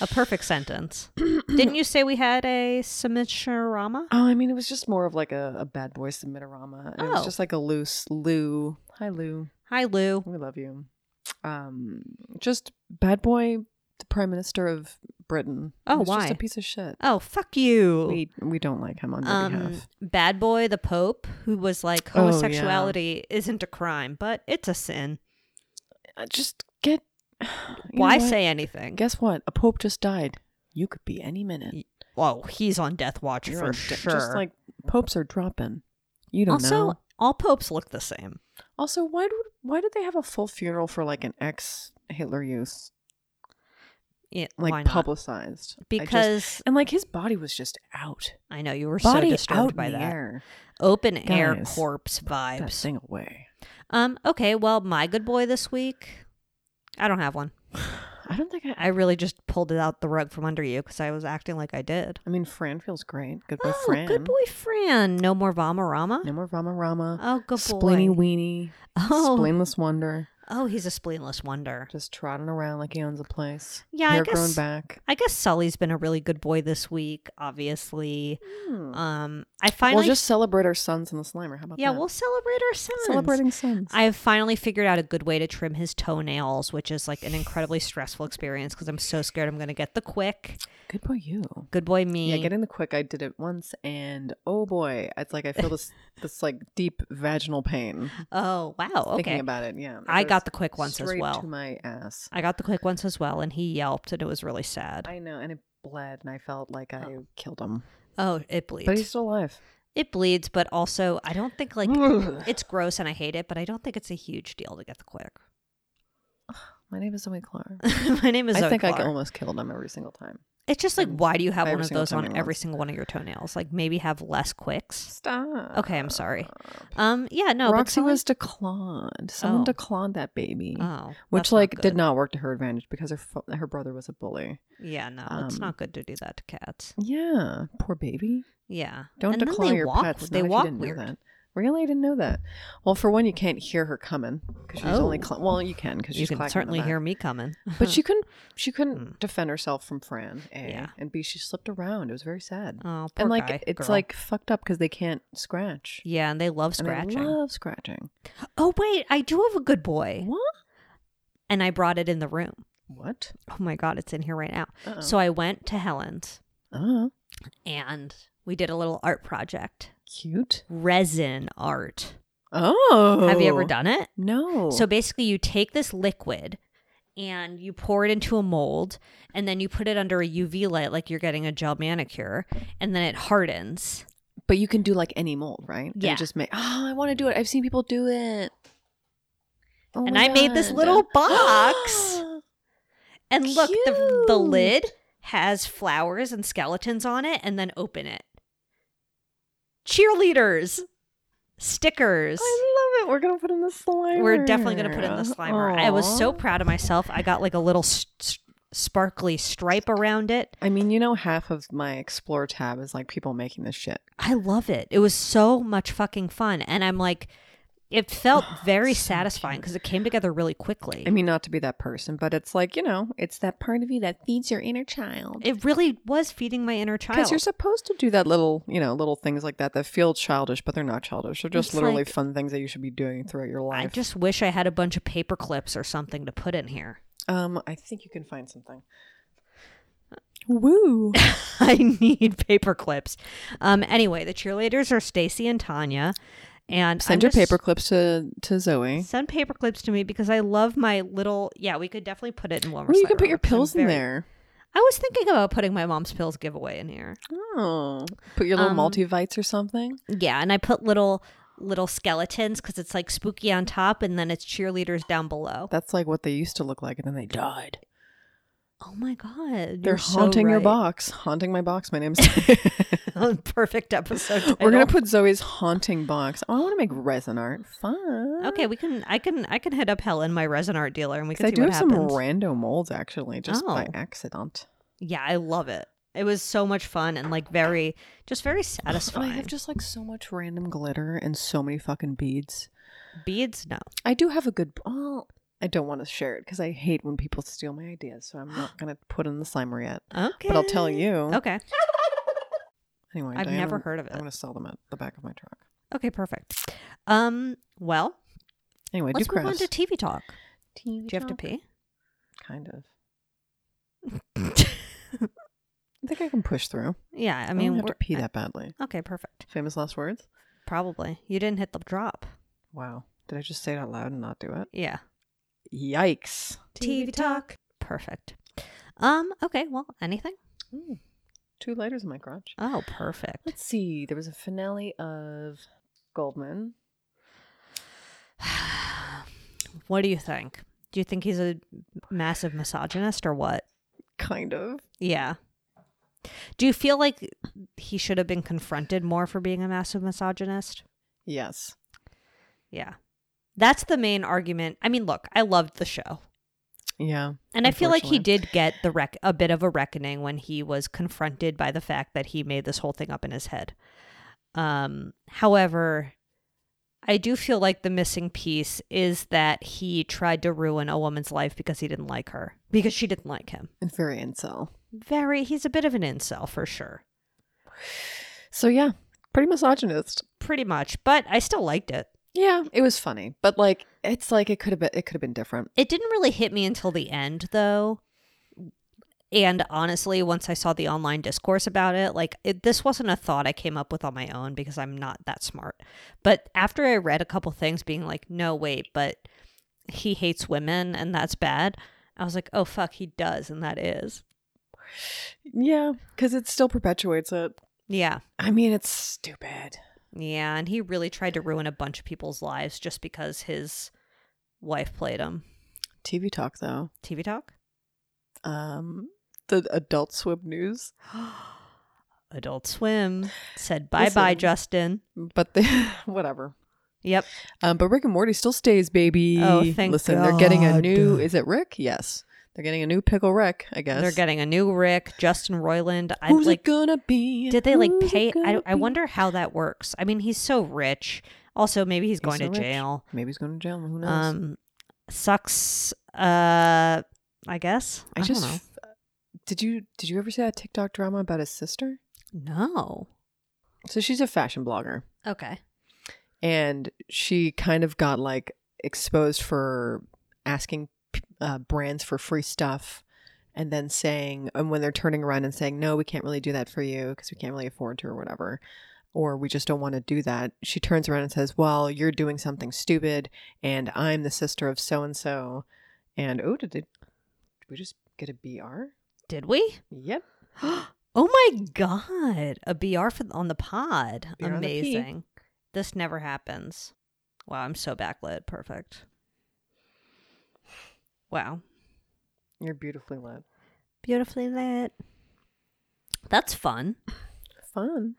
Speaker 2: A perfect
Speaker 3: (clears throat)
Speaker 2: sentence. Didn't you say we had a submissorama?
Speaker 3: Oh, I mean, it was just more of like a, a bad boy submitterama. And
Speaker 2: Oh.
Speaker 3: It was just like a loose Lou. Hi, Lou.
Speaker 2: Hi, Lou.
Speaker 3: We love you. Um, just bad boy, the prime minister of Britain.
Speaker 2: Oh,
Speaker 3: He's
Speaker 2: why?
Speaker 3: Just a piece of shit.
Speaker 2: Oh, fuck you.
Speaker 3: We we don't like him on your
Speaker 2: um,
Speaker 3: behalf.
Speaker 2: bad boy, the Pope, who was like,
Speaker 3: Oh, yeah.
Speaker 2: homosexuality isn't a crime, but it's a sin.
Speaker 3: Uh, Just
Speaker 2: (sighs)
Speaker 3: get. you know
Speaker 2: Why
Speaker 3: what?
Speaker 2: say anything?
Speaker 3: Guess what? A pope just died. You could be any minute.
Speaker 2: Whoa, he's on death watch
Speaker 3: You're
Speaker 2: for
Speaker 3: on de-
Speaker 2: sure.
Speaker 3: Just like popes are dropping. You don't
Speaker 2: also,
Speaker 3: know.
Speaker 2: all popes look the same.
Speaker 3: Also, why do why did they have a full funeral for like an ex Hitler youth?
Speaker 2: Yeah,
Speaker 3: Like
Speaker 2: why not?
Speaker 3: publicized I just-
Speaker 2: Because-
Speaker 3: and like his body was just out.
Speaker 2: I know you were
Speaker 3: body
Speaker 2: so
Speaker 3: out
Speaker 2: disturbed by
Speaker 3: in the
Speaker 2: that.
Speaker 3: air.
Speaker 2: Open air
Speaker 3: Guys,
Speaker 2: corpse
Speaker 3: That
Speaker 2: vibes.
Speaker 3: thing away.
Speaker 2: Um. Okay. Well, my good boy this week. I don't have one.
Speaker 3: I don't think I.
Speaker 2: I really just pulled it out the rug from under you because I was acting like I did.
Speaker 3: I mean, Fran feels great. Good boy,
Speaker 2: oh,
Speaker 3: Fran.
Speaker 2: good boy, Fran. No more Vamarama.
Speaker 3: No more Rama Rama.
Speaker 2: Oh, good boy.
Speaker 3: Spleeny weenie.
Speaker 2: (laughs) Oh.
Speaker 3: Splainless wonder.
Speaker 2: Oh, he's a spleenless wonder.
Speaker 3: Just trotting around like he owns a place.
Speaker 2: Yeah, I
Speaker 3: Hair grown
Speaker 2: guess-
Speaker 3: back.
Speaker 2: I guess Sully's been a really good boy this week. Obviously.
Speaker 3: Hmm.
Speaker 2: Um. I finally.
Speaker 3: we'll just celebrate our sons in the Slimer. How about
Speaker 2: yeah,
Speaker 3: that?
Speaker 2: we'll celebrate our sons.
Speaker 3: celebrating sons.
Speaker 2: I have finally figured out a good way to trim his toenails, which is like an incredibly stressful experience because I'm so scared I'm going to get the quick.
Speaker 3: Good for you.
Speaker 2: Good boy me.
Speaker 3: Yeah, getting the quick. I did it once, and oh boy, it's like I
Speaker 2: (laughs)
Speaker 3: feel this this like deep vaginal pain
Speaker 2: oh, wow. Okay.
Speaker 3: thinking about it. Yeah,
Speaker 2: I
Speaker 3: goes
Speaker 2: got the quick once as
Speaker 3: straight
Speaker 2: well.
Speaker 3: To my ass.
Speaker 2: I got the quick once as well, and he yelped, and it was really sad.
Speaker 3: I know, and it bled, and I felt like I killed him,
Speaker 2: oh, it bleeds.
Speaker 3: but he's still alive.
Speaker 2: it bleeds, but also, I don't think like
Speaker 3: Ugh.
Speaker 2: it's gross and I hate it, but I don't think it's a huge deal to get the quick. (laughs)
Speaker 3: My name is Zoe Clark.
Speaker 2: My name is
Speaker 3: I
Speaker 2: Zoe
Speaker 3: think I
Speaker 2: Clark.
Speaker 3: almost killed him every single time.
Speaker 2: It's just like, why do you have
Speaker 3: Every
Speaker 2: one of
Speaker 3: single
Speaker 2: those on
Speaker 3: toenail.
Speaker 2: every single one of your toenails? Like, maybe have less quicks.
Speaker 3: Stop.
Speaker 2: Okay, I'm sorry. Um, yeah, no, but
Speaker 3: Uh, Roxy
Speaker 2: Sully-
Speaker 3: was declined. Someone
Speaker 2: Oh.
Speaker 3: declined that baby,
Speaker 2: Oh,
Speaker 3: which
Speaker 2: that's not
Speaker 3: like did
Speaker 2: good.
Speaker 3: not work to her advantage because her fo- her brother was a bully.
Speaker 2: Yeah, no, it's
Speaker 3: um,
Speaker 2: not good to do that to cats.
Speaker 3: Yeah, poor baby.
Speaker 2: Yeah,
Speaker 3: Don't
Speaker 2: and then
Speaker 3: declaw
Speaker 2: they
Speaker 3: your
Speaker 2: walk,
Speaker 3: pets.
Speaker 2: They
Speaker 3: Not if
Speaker 2: walk
Speaker 3: you didn't
Speaker 2: weird.
Speaker 3: Know that. Really, I didn't know that. Well, for one, you can't hear her coming because she's only
Speaker 2: Oh.
Speaker 3: cla well, you can because
Speaker 2: You
Speaker 3: she's
Speaker 2: can
Speaker 3: clacking in the
Speaker 2: certainly
Speaker 3: back.
Speaker 2: hear me coming.
Speaker 3: (laughs) But she couldn't. She couldn't
Speaker 2: Hmm.
Speaker 3: defend herself from Fran. A
Speaker 2: Yeah.
Speaker 3: and B. She slipped around. It was very sad.
Speaker 2: (laughs) oh, poor
Speaker 3: and like
Speaker 2: guy,
Speaker 3: it's
Speaker 2: girl.
Speaker 3: like fucked up because they can't scratch.
Speaker 2: yeah, and they love
Speaker 3: And I
Speaker 2: scratching. Eh.
Speaker 3: love scratching.
Speaker 2: (gasps) Oh wait, I do have a good boy,
Speaker 3: What?
Speaker 2: and I brought it in the room.
Speaker 3: What?
Speaker 2: Oh my god, it's in here right now.
Speaker 3: Uh-oh.
Speaker 2: So I went to Helen's
Speaker 3: Uh,
Speaker 2: and we did a little art project,
Speaker 3: cute.
Speaker 2: resin art.
Speaker 3: Oh,
Speaker 2: Have you ever done it?
Speaker 3: No.
Speaker 2: So basically, you take this liquid and you pour it into a mold, and then you put it under a UV light like you're getting a gel manicure, and then it hardens.
Speaker 3: but you can do like any mold, right? And
Speaker 2: Yeah.
Speaker 3: it just make. Oh, I want to do it. I've seen people do it. Oh
Speaker 2: And
Speaker 3: my
Speaker 2: I made this
Speaker 3: God. (gasps)
Speaker 2: little box. And look, the, the lid has flowers and skeletons on it, and then open it. Cheerleaders, stickers.
Speaker 3: I love it. We're gonna put in the slimer.
Speaker 2: We're definitely going to put in the slimer. I was so
Speaker 3: Aw.
Speaker 2: proud of myself. I got like a little s- s- sparkly stripe around it.
Speaker 3: I mean, you know, half of my explore tab is like people making this shit.
Speaker 2: I love it. It was so much fucking fun. And I'm like, it
Speaker 3: (gasps)
Speaker 2: felt very
Speaker 3: so
Speaker 2: satisfying because it came together really quickly.
Speaker 3: I mean, not to be that person, but it's like you know, it's that part of you that feeds your inner child.
Speaker 2: it really was feeding my inner
Speaker 3: Because
Speaker 2: child.
Speaker 3: you're supposed to do that little, you know, little things like that that feel childish, but they're not childish. They're just
Speaker 2: It's
Speaker 3: literally
Speaker 2: like-
Speaker 3: fun things that you should be doing throughout your
Speaker 2: I
Speaker 3: life.
Speaker 2: just wish I had a bunch of paper clips or something to put in here.
Speaker 3: um, I think you can find something.
Speaker 2: Uh,
Speaker 3: Woo!
Speaker 2: (laughs) I need paper clips. Um, anyway, the cheerleaders are Stacy and Tanya. And
Speaker 3: Send
Speaker 2: I'm
Speaker 3: your
Speaker 2: just-
Speaker 3: paper clips to to Zoe.
Speaker 2: Send paper clips to me because I love my little. Yeah, we could definitely put it in one.
Speaker 3: Or you can put your pills in there.
Speaker 2: I was thinking about putting my mom's pills giveaway in here.
Speaker 3: Oh, put your little
Speaker 2: Um,
Speaker 3: multivites or something.
Speaker 2: Yeah, and I put little little skeletons because it's like spooky on top and then it's cheerleaders down below.
Speaker 3: That's like what they used to look like, and then they died.
Speaker 2: Oh my god,
Speaker 3: They're
Speaker 2: you're so
Speaker 3: haunting your
Speaker 2: right. (laughs)
Speaker 3: box. Haunting my box. My name's.
Speaker 2: Perfect episode.
Speaker 3: We're
Speaker 2: title.
Speaker 3: gonna put Zoe's haunting box. Oh, I want to make resin art. Fun.
Speaker 2: Okay, we can. I can. I can hit up Helen, my resin art dealer, and we
Speaker 3: 'Cause
Speaker 2: can
Speaker 3: I
Speaker 2: see
Speaker 3: do
Speaker 2: what
Speaker 3: have some
Speaker 2: happens.
Speaker 3: rando molds actually, just by
Speaker 2: Oh.
Speaker 3: accident.
Speaker 2: yeah, I love it. It was so much fun and like very, just
Speaker 3: (sighs)
Speaker 2: very
Speaker 3: (gasps) And I
Speaker 2: satisfying.
Speaker 3: have just like so much random glitter and so many fucking beads.
Speaker 2: Beads, no.
Speaker 3: I do have a good. Oh, I don't want to share it because I hate when people steal my ideas.
Speaker 2: (gasps)
Speaker 3: So I'm not gonna put in the slimer yet.
Speaker 2: Okay,
Speaker 3: But I'll tell you.
Speaker 2: Okay.
Speaker 3: Anyway,
Speaker 2: I've
Speaker 3: Diana,
Speaker 2: never heard of
Speaker 3: I'm
Speaker 2: it.
Speaker 3: gonna sell them at the back of my truck.
Speaker 2: Okay, perfect. Um, well,
Speaker 3: Anyway,
Speaker 2: let's
Speaker 3: do
Speaker 2: move
Speaker 3: crafts.
Speaker 2: on to TV talk.
Speaker 3: TV
Speaker 2: Do you have to pee?
Speaker 3: Kind of. (laughs) I think I can push through.
Speaker 2: yeah, I
Speaker 3: I
Speaker 2: mean,
Speaker 3: mean, I don't have to
Speaker 2: we're-
Speaker 3: pee that badly.
Speaker 2: Okay, perfect.
Speaker 3: Famous last words.
Speaker 2: Probably you didn't hit the drop.
Speaker 3: Wow. Did I just say it out loud and not do it?
Speaker 2: Yeah.
Speaker 3: Yikes.
Speaker 2: TV talk. Perfect. Um. Okay. Well, anything?
Speaker 3: Mm. Two lighters in my garage.
Speaker 2: Oh, perfect.
Speaker 3: Let's see. There was a finale of Goldman.
Speaker 2: What do you think? Do you think he's a massive misogynist or what?
Speaker 3: Kind of.
Speaker 2: Yeah. Do you feel like he should have been confronted more for being a massive misogynist?
Speaker 3: Yes.
Speaker 2: Yeah. That's the main argument. I mean, look, I loved the show.
Speaker 3: Yeah.
Speaker 2: And I feel like he
Speaker 3: Unfortunately.
Speaker 2: did get the rec- a bit of a reckoning when he was confronted by the fact that he made this whole thing up in his head. Um, however, I do feel like the missing piece is that he tried to ruin a woman's life because he didn't like her, because she didn't like him.
Speaker 3: And very incel.
Speaker 2: Very, he's a bit of an incel for sure.
Speaker 3: So yeah, pretty misogynist.
Speaker 2: Pretty much, but I still liked it.
Speaker 3: Yeah, it was funny, but like it's like it could have been it could have been different.
Speaker 2: It didn't really hit me until the end, though. And honestly, once I saw the online discourse about it, like it, this wasn't a thought I came up with on my own because I'm not that smart. But after I read a couple things being like, no, wait, but he hates women and that's bad, I was like, oh, fuck, he does. And that is.
Speaker 3: Yeah, because it still perpetuates it.
Speaker 2: Yeah.
Speaker 3: I mean, it's stupid.
Speaker 2: Yeah. And he really tried to ruin a bunch of people's lives just because his wife played him.
Speaker 3: TV talk though.
Speaker 2: TV talk?
Speaker 3: Um, the Adult Swim news,
Speaker 2: Adult Swim said bye bye,
Speaker 3: Listen.
Speaker 2: Justin.
Speaker 3: but they, (laughs) whatever.
Speaker 2: Yep.
Speaker 3: Um, but Rick and Morty still stays, baby.
Speaker 2: Oh, thank
Speaker 3: Listen, they're getting a
Speaker 2: God.
Speaker 3: new. Is it Rick? Yes, they're getting a new pickle Rick. I guess
Speaker 2: They're getting a new Rick, Justin Roiland. I
Speaker 3: Who's
Speaker 2: like.
Speaker 3: it gonna be?
Speaker 2: Did they like
Speaker 3: Who's it
Speaker 2: pay? I,
Speaker 3: gonna
Speaker 2: don't- I
Speaker 3: be?
Speaker 2: wonder how that works. I mean, he's so rich. Also, maybe he's, going
Speaker 3: so
Speaker 2: to
Speaker 3: rich.
Speaker 2: jail.
Speaker 3: Maybe he's going to jail. Who knows?
Speaker 2: Um, sucks. Uh, I guess.
Speaker 3: I just
Speaker 2: don't
Speaker 3: did you did you ever see that TikTok drama about his sister?
Speaker 2: know.
Speaker 3: So she's a fashion blogger,
Speaker 2: No. Okay.
Speaker 3: and she kind of got like exposed for asking p- uh, brands for free stuff, and then saying, and when they're turning around and saying, "No, we can't really do that for you because we can't really afford to," or whatever. Or we just don't want to do that. She turns around and says, "Well, you're doing something stupid, and I'm the sister of so and so." And oh, did, they, did we just get a BR?
Speaker 2: Did we?
Speaker 3: Yep.
Speaker 2: oh my god! A BR for, on the pod.
Speaker 3: BR on the P.
Speaker 2: Amazing. This never happens. Wow, I'm so backlit. Perfect. Wow.
Speaker 3: You're beautifully lit.
Speaker 2: beautifully lit. That's fun.
Speaker 3: Fun.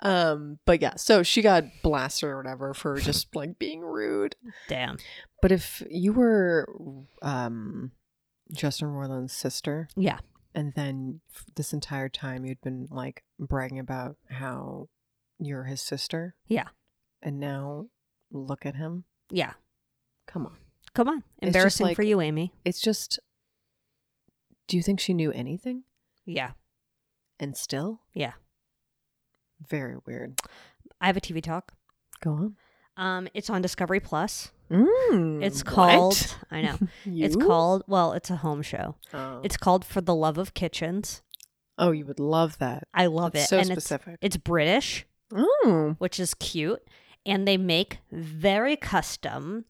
Speaker 3: Um, but yeah, so she got blasted or whatever for just like being rude.
Speaker 2: Damn.
Speaker 3: But if you were um Justin Roiland's sister,
Speaker 2: Yeah.
Speaker 3: and then f- this entire time you'd been like bragging about how you're his sister,
Speaker 2: Yeah.
Speaker 3: and now look at him.
Speaker 2: Yeah.
Speaker 3: Come on,
Speaker 2: Come on.
Speaker 3: just
Speaker 2: Embarrassing
Speaker 3: like-
Speaker 2: for you, Amy.
Speaker 3: it's just. Do you think she knew anything?
Speaker 2: Yeah.
Speaker 3: And still,
Speaker 2: Yeah.
Speaker 3: very weird.
Speaker 2: I have a TV talk.
Speaker 3: Go on.
Speaker 2: Um, it's on Discovery Plus.
Speaker 3: Mm,
Speaker 2: It's
Speaker 3: what?
Speaker 2: called I
Speaker 3: (laughs)
Speaker 2: know. It's
Speaker 3: You?
Speaker 2: called well, it's a home show.
Speaker 3: Oh.
Speaker 2: It's called For the Love of Kitchens.
Speaker 3: oh, you would love that.
Speaker 2: I love
Speaker 3: It's
Speaker 2: it.
Speaker 3: so
Speaker 2: and
Speaker 3: specific.
Speaker 2: It's, it's British,
Speaker 3: Oh,
Speaker 2: which is cute. and they make very custom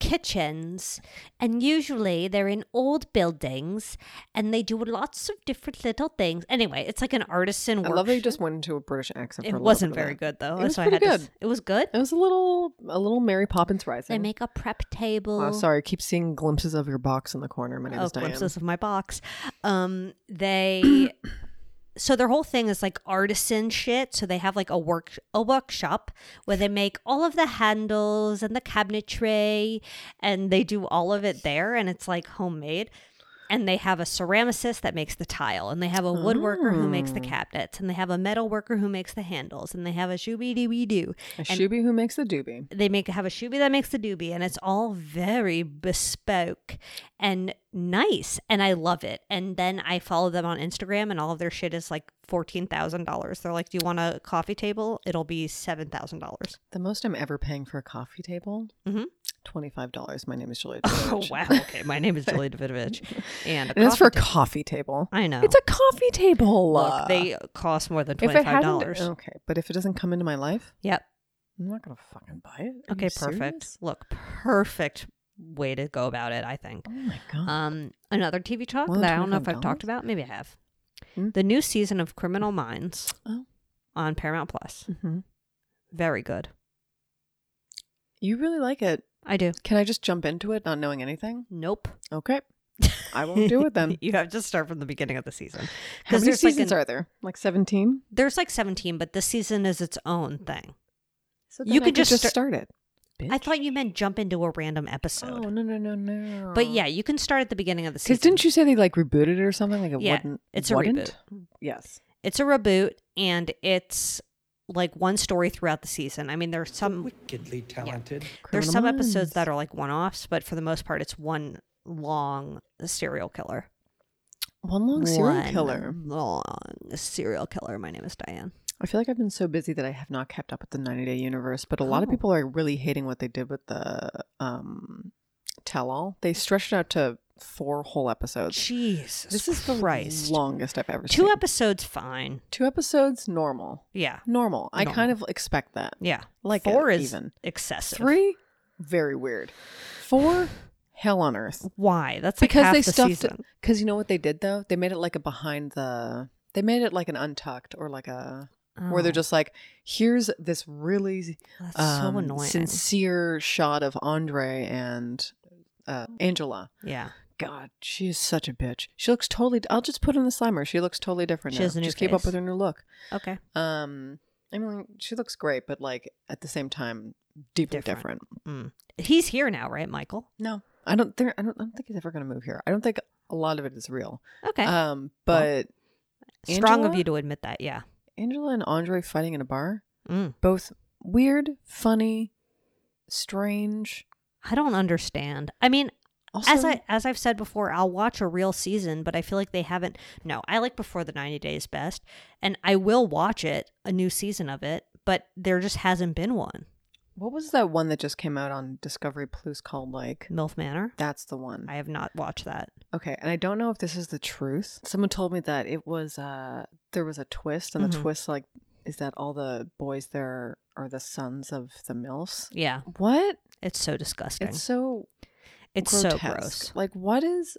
Speaker 2: kitchens and usually they're in old buildings and they do lots of different little things anyway it's like an artisan
Speaker 3: I
Speaker 2: workshop
Speaker 3: love that you just went into a British accent. for a
Speaker 2: it
Speaker 3: little
Speaker 2: wasn't
Speaker 3: bit of
Speaker 2: very
Speaker 3: that.
Speaker 2: good though
Speaker 3: It was
Speaker 2: so I had
Speaker 3: pretty
Speaker 2: to s-
Speaker 3: good.
Speaker 2: it was good
Speaker 3: It was a little, a little Mary Poppins rising.
Speaker 2: they make a prep table
Speaker 3: Oh, sorry, I keep seeing glimpses of your box in the corner. My name
Speaker 2: oh,
Speaker 3: is Diane.
Speaker 2: glimpses of my box. Um, they (clears throat) so their whole thing is like artisan shit. So they have like a work a workshop where they make all of the handles and the cabinetry, and they do all of it there, and it's like homemade. And they have a ceramicist that makes the tile, and they have a woodworker who makes the cabinets, and they have a metal worker who makes the handles, and they have a shooby dooby doo.
Speaker 3: A shooby who makes the doobie.
Speaker 2: They make have a shooby that makes the doobie, and it's all very bespoke and nice, and I love it. And then I follow them on Instagram, and all of their shit is like fourteen thousand dollars. They're like, "Do you want a coffee table? It'll be seven thousand dollars."
Speaker 3: The most I'm ever paying for a coffee table,
Speaker 2: Mhm.
Speaker 3: five dollars. My name is Julia.
Speaker 2: (laughs) Oh
Speaker 3: Jovovich. (laughs)
Speaker 2: wow! Okay, my name is Julie Davidovich, and, a
Speaker 3: and it's for a
Speaker 2: coffee
Speaker 3: coffee table.
Speaker 2: ta- I know
Speaker 3: It's a coffee table.
Speaker 2: look. They cost more than
Speaker 3: if
Speaker 2: twenty
Speaker 3: it Oh.
Speaker 2: five
Speaker 3: hadn't,
Speaker 2: dollars.
Speaker 3: okay, but if it doesn't come into my life,
Speaker 2: Yep.
Speaker 3: I'm not gonna fucking buy it. Are
Speaker 2: Okay.
Speaker 3: you
Speaker 2: Perfect.
Speaker 3: serious?
Speaker 2: Look, perfect way to go about it. I think.
Speaker 3: Oh my god.
Speaker 2: Um, another TV talk
Speaker 3: More than
Speaker 2: that I don't know if I've
Speaker 3: $25?
Speaker 2: talked about. Maybe I have.
Speaker 3: Hmm?
Speaker 2: The new season of Criminal Minds
Speaker 3: Oh.
Speaker 2: on Paramount Plus.
Speaker 3: Mhm.
Speaker 2: Very good.
Speaker 3: You really like it.
Speaker 2: I do.
Speaker 3: Can I just jump into it not knowing anything?
Speaker 2: (laughs) Nope.
Speaker 3: Okay. I won't do it then.
Speaker 2: you have to start from the beginning of the season.
Speaker 3: How
Speaker 2: 'Cause
Speaker 3: many
Speaker 2: there's like
Speaker 3: seasons
Speaker 2: an-
Speaker 3: are there? Like 17?
Speaker 2: There's like 17, but this season is its own thing.
Speaker 3: So
Speaker 2: You
Speaker 3: then I
Speaker 2: could just sta-
Speaker 3: start it.
Speaker 2: I
Speaker 3: Bitch.
Speaker 2: thought you meant jump into a random
Speaker 3: Oh,
Speaker 2: episode.
Speaker 3: no, no, no, Oh, no.
Speaker 2: But yeah, you can start at the beginning of the
Speaker 3: Because
Speaker 2: season.
Speaker 3: didn't you say they like rebooted it or something? Like it
Speaker 2: Yeah,
Speaker 3: wouldn't.
Speaker 2: it's a
Speaker 3: wouldn't?
Speaker 2: reboot.
Speaker 3: Yes.
Speaker 2: It's a reboot and it's like one story throughout the season. I mean, there's some
Speaker 1: Wickedly talented.
Speaker 2: There's
Speaker 3: Criminal
Speaker 2: some episodes that
Speaker 3: Minds.
Speaker 2: are like one offs, but for the most part, it's one long serial killer.
Speaker 3: One long serial
Speaker 2: One
Speaker 3: killer.
Speaker 2: Long serial killer. My name is Diane.
Speaker 3: I feel like I've been so busy that I have not kept up with the 90 Day Universe, but a lot of
Speaker 2: Oh.
Speaker 3: people are really hating what they did with the um, tell all. They stretched it out to four whole episodes.
Speaker 2: Jesus
Speaker 3: This is the
Speaker 2: Christ.
Speaker 3: longest I've ever
Speaker 2: Two
Speaker 3: seen.
Speaker 2: episodes, fine.
Speaker 3: Two episodes, normal.
Speaker 2: Yeah,
Speaker 3: Normal. I
Speaker 2: Normal.
Speaker 3: kind of expect that.
Speaker 2: yeah.
Speaker 3: Like
Speaker 2: four
Speaker 3: it,
Speaker 2: is
Speaker 3: even.
Speaker 2: excessive.
Speaker 3: Three, very weird. Four, hell on earth.
Speaker 2: Why? That's like
Speaker 3: Because
Speaker 2: half
Speaker 3: they
Speaker 2: the
Speaker 3: stuffed
Speaker 2: season.
Speaker 3: it. Because you know what they did though? They made it like a behind the. They made it like an untucked or like a. Where
Speaker 2: Oh,
Speaker 3: they're just like, here's this really
Speaker 2: that's so
Speaker 3: um,
Speaker 2: annoying.
Speaker 3: sincere shot of Andre and uh, Angela.
Speaker 2: yeah,
Speaker 3: God, she is such a bitch. She looks totally. I'll just put in the slimer. She looks totally different.
Speaker 2: She
Speaker 3: now.
Speaker 2: has a new
Speaker 3: just keep up
Speaker 2: face.
Speaker 3: with her new look.
Speaker 2: okay.
Speaker 3: Um, I mean, she looks great, but like at the same time, deeply
Speaker 2: Different. Mm.
Speaker 3: different.
Speaker 2: He's here now, right, Michael?
Speaker 3: No, I don't think I don't, I don't think he's ever going to move here. I don't think a lot of it is real.
Speaker 2: Okay,
Speaker 3: Um, but
Speaker 2: strong of
Speaker 3: Angela?
Speaker 2: you to admit that. Yeah.
Speaker 3: Angela and Andre fighting in a bar,
Speaker 2: Mm.
Speaker 3: both weird, funny, strange.
Speaker 2: I don't understand. I mean,
Speaker 3: Also,
Speaker 2: as I as I've said before, I'll watch a real season, but I feel like they haven't. No, I like before the ninety days best, and I will watch it a new season of it, but there just hasn't been one.
Speaker 3: what was that one that just came out on Discovery Plus called like
Speaker 2: Milf Manor.
Speaker 3: that's the one.
Speaker 2: I have not watched that.
Speaker 3: Okay, and I don't know if this is the truth. Someone told me that it was uh there was a twist, and the
Speaker 2: Mhm.
Speaker 3: twist like is that all the boys there are the sons of the milfs.
Speaker 2: Yeah,
Speaker 3: What?
Speaker 2: it's so disgusting.
Speaker 3: It's
Speaker 2: It's,
Speaker 3: so
Speaker 2: so
Speaker 3: grotesque.
Speaker 2: gross.
Speaker 3: Like, what is?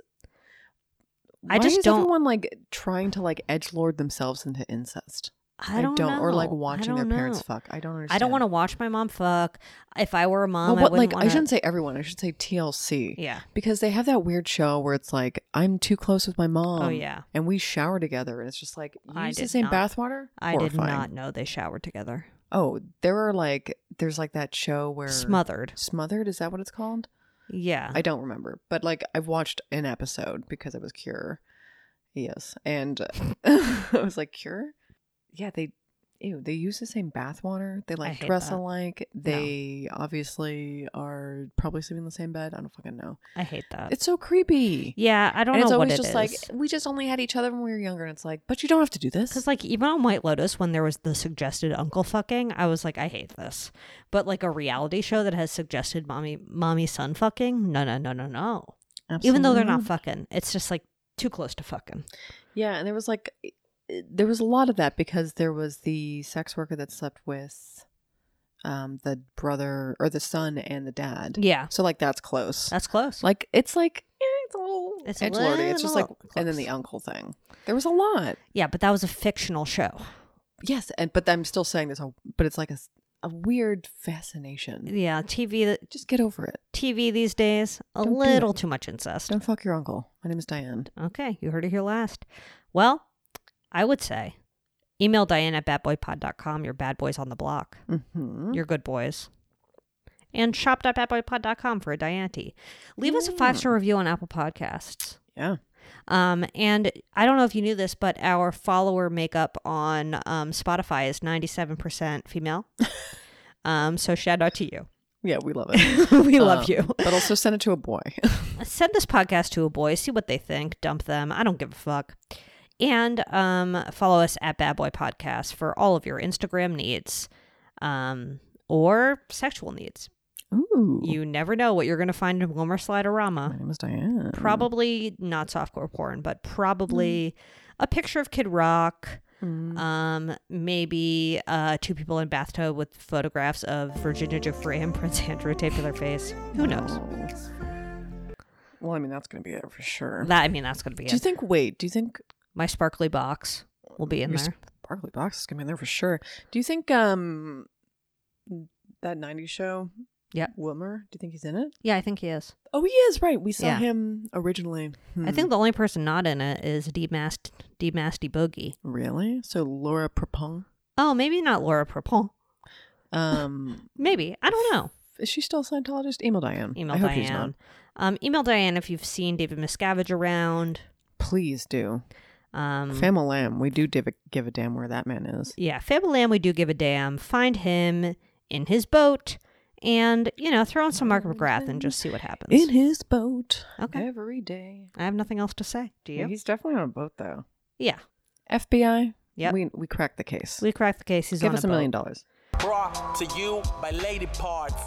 Speaker 2: I
Speaker 3: why
Speaker 2: just
Speaker 3: is
Speaker 2: don't-
Speaker 3: Everyone like trying to like edge lord themselves into incest.
Speaker 2: I don't, know.
Speaker 3: or
Speaker 2: I
Speaker 3: like watching their
Speaker 2: don't
Speaker 3: parents
Speaker 2: know.
Speaker 3: fuck. I don't understand.
Speaker 2: I don't want to watch my mom fuck. If I were a mom,
Speaker 3: Well, what
Speaker 2: I wouldn't
Speaker 3: like
Speaker 2: want
Speaker 3: I shouldn't say everyone. I should say TLC.
Speaker 2: Yeah.
Speaker 3: Because they have that weird show where it's like I'm too close with my mom.
Speaker 2: Oh, yeah.
Speaker 3: and we shower together, and it's just like you
Speaker 2: I
Speaker 3: use the
Speaker 2: did
Speaker 3: same
Speaker 2: not-
Speaker 3: bathwater.
Speaker 2: I did
Speaker 3: Horrifying.
Speaker 2: not know they showered together.
Speaker 3: Oh, there are like there's like that show where
Speaker 2: Smothered.
Speaker 3: Smothered is that what it's called?
Speaker 2: Yeah.
Speaker 3: I don't remember, but like I've watched an episode because I was Cure. Yes, and (laughs) I was like Cure. Yeah, they ew. They use the same bathwater. They like
Speaker 2: hate
Speaker 3: dress
Speaker 2: that.
Speaker 3: alike. They obviously are probably sleeping in the same bed. I don't fucking know.
Speaker 2: I hate that.
Speaker 3: It's so creepy.
Speaker 2: yeah, I don't
Speaker 3: and
Speaker 2: know
Speaker 3: it's
Speaker 2: what
Speaker 3: always
Speaker 2: it
Speaker 3: just
Speaker 2: is.
Speaker 3: like we just only had each other when we were younger, and it's like, but you don't have to do
Speaker 2: Because
Speaker 3: this.
Speaker 2: like even on White Lotus, when there was the suggested uncle fucking, I was like, I hate this. But like a reality show that has suggested mommy mommy son fucking, no no no no no. Even though they're not
Speaker 3: Absolutely Mm-hmm.
Speaker 2: fucking, it's just like too close to fucking.
Speaker 3: Yeah, and there was like there was a lot of that because there was the sex worker that slept with um, the brother or the son and the dad.
Speaker 2: Yeah,
Speaker 3: So like that's close.
Speaker 2: that's close.
Speaker 3: like it's like eh, it's a little
Speaker 2: It's
Speaker 3: it's
Speaker 2: a
Speaker 3: edgelordy. It's just like
Speaker 2: little
Speaker 3: and then
Speaker 2: close.
Speaker 3: the uncle thing. There was a lot.
Speaker 2: yeah, but that was a fictional show.
Speaker 3: Yes, and but I'm still saying there's a but it's like a, s- a weird fascination.
Speaker 2: Yeah, TV
Speaker 3: Just get over it.
Speaker 2: TV these days a
Speaker 3: Don't do
Speaker 2: little too much incest.
Speaker 3: Don't fuck your uncle. My name is Diane.
Speaker 2: Okay, you heard it here last. Well, I would say email Diane at badboypod.com. Your bad boys on the block.
Speaker 3: Mm-hmm.
Speaker 2: Your good boys. And shop.badboypod.com for a Diante. Leave us a five star review on Apple Podcasts.
Speaker 3: Yeah.
Speaker 2: Um, and I don't know if you knew this, but our follower makeup on um, Spotify is 97%
Speaker 3: (laughs)
Speaker 2: female. um, so shout out to you. (laughs)
Speaker 3: Yeah, we love it.
Speaker 2: we love
Speaker 3: Um,
Speaker 2: you.
Speaker 3: but also send it to
Speaker 2: (laughs)
Speaker 3: a boy.
Speaker 2: send this podcast to a boy, see what they think, dump them. I don't give a fuck. And um, follow us at Bad Boy Podcast for all of your Instagram needs um, or sexual needs.
Speaker 3: Ooh.
Speaker 2: You never know what you're going to find in Wilmer
Speaker 3: My
Speaker 2: Sliderama.
Speaker 3: name is Diane.
Speaker 2: Probably not softcore porn, but probably a picture of Kid Rock.
Speaker 3: Mm.
Speaker 2: Um, maybe uh, two people in bathtub with photographs of Virginia Giuffre and (laughs) Prince Andrew taped to their face. Who knows?
Speaker 3: Well, I mean that's gonna be it for sure.
Speaker 2: That I mean, that's gonna be it.
Speaker 3: Do you think? Wait, do you think
Speaker 2: my sparkly box will be in
Speaker 3: Your
Speaker 2: there.
Speaker 3: Barkley Box is gonna be in there for sure. Do you think um that '90s show?
Speaker 2: Yep.
Speaker 3: Wilmer. Do you think he's in it?
Speaker 2: Yeah, I think he is.
Speaker 3: Oh, he is right. We saw
Speaker 2: Yeah.
Speaker 3: him originally.
Speaker 2: I
Speaker 3: Hmm.
Speaker 2: think the only person not in it is Demast Demasty Boogie.
Speaker 3: really. So Laura Prepon.
Speaker 2: Oh, maybe not Laura Propon. (laughs)
Speaker 3: Um,
Speaker 2: Maybe I don't know.
Speaker 3: is she still a Scientologist? Email Diane.
Speaker 2: Email
Speaker 3: I hope she's not.
Speaker 2: Diane. Um, email Diane if you've seen David Miscavige around.
Speaker 3: Please do.
Speaker 2: Um,
Speaker 3: Fama Lamb. We do div- give a damn where that man is.
Speaker 2: yeah, Fable Lamb, we do give a damn. Find him in his boat, and you know, throw in some Mark McGrath and just see what happens.
Speaker 3: In his boat.
Speaker 2: Okay.
Speaker 3: Every day.
Speaker 2: I have nothing else to say. Do you?
Speaker 3: Yeah, he's definitely on a boat though.
Speaker 2: yeah,
Speaker 3: FBI.
Speaker 2: Yep.
Speaker 3: We we cracked the case.
Speaker 2: we cracked the case. He's
Speaker 3: Give
Speaker 2: on
Speaker 3: us
Speaker 2: a
Speaker 3: a million
Speaker 2: boat.
Speaker 3: dollars.
Speaker 1: Brought to you by Lady Parts.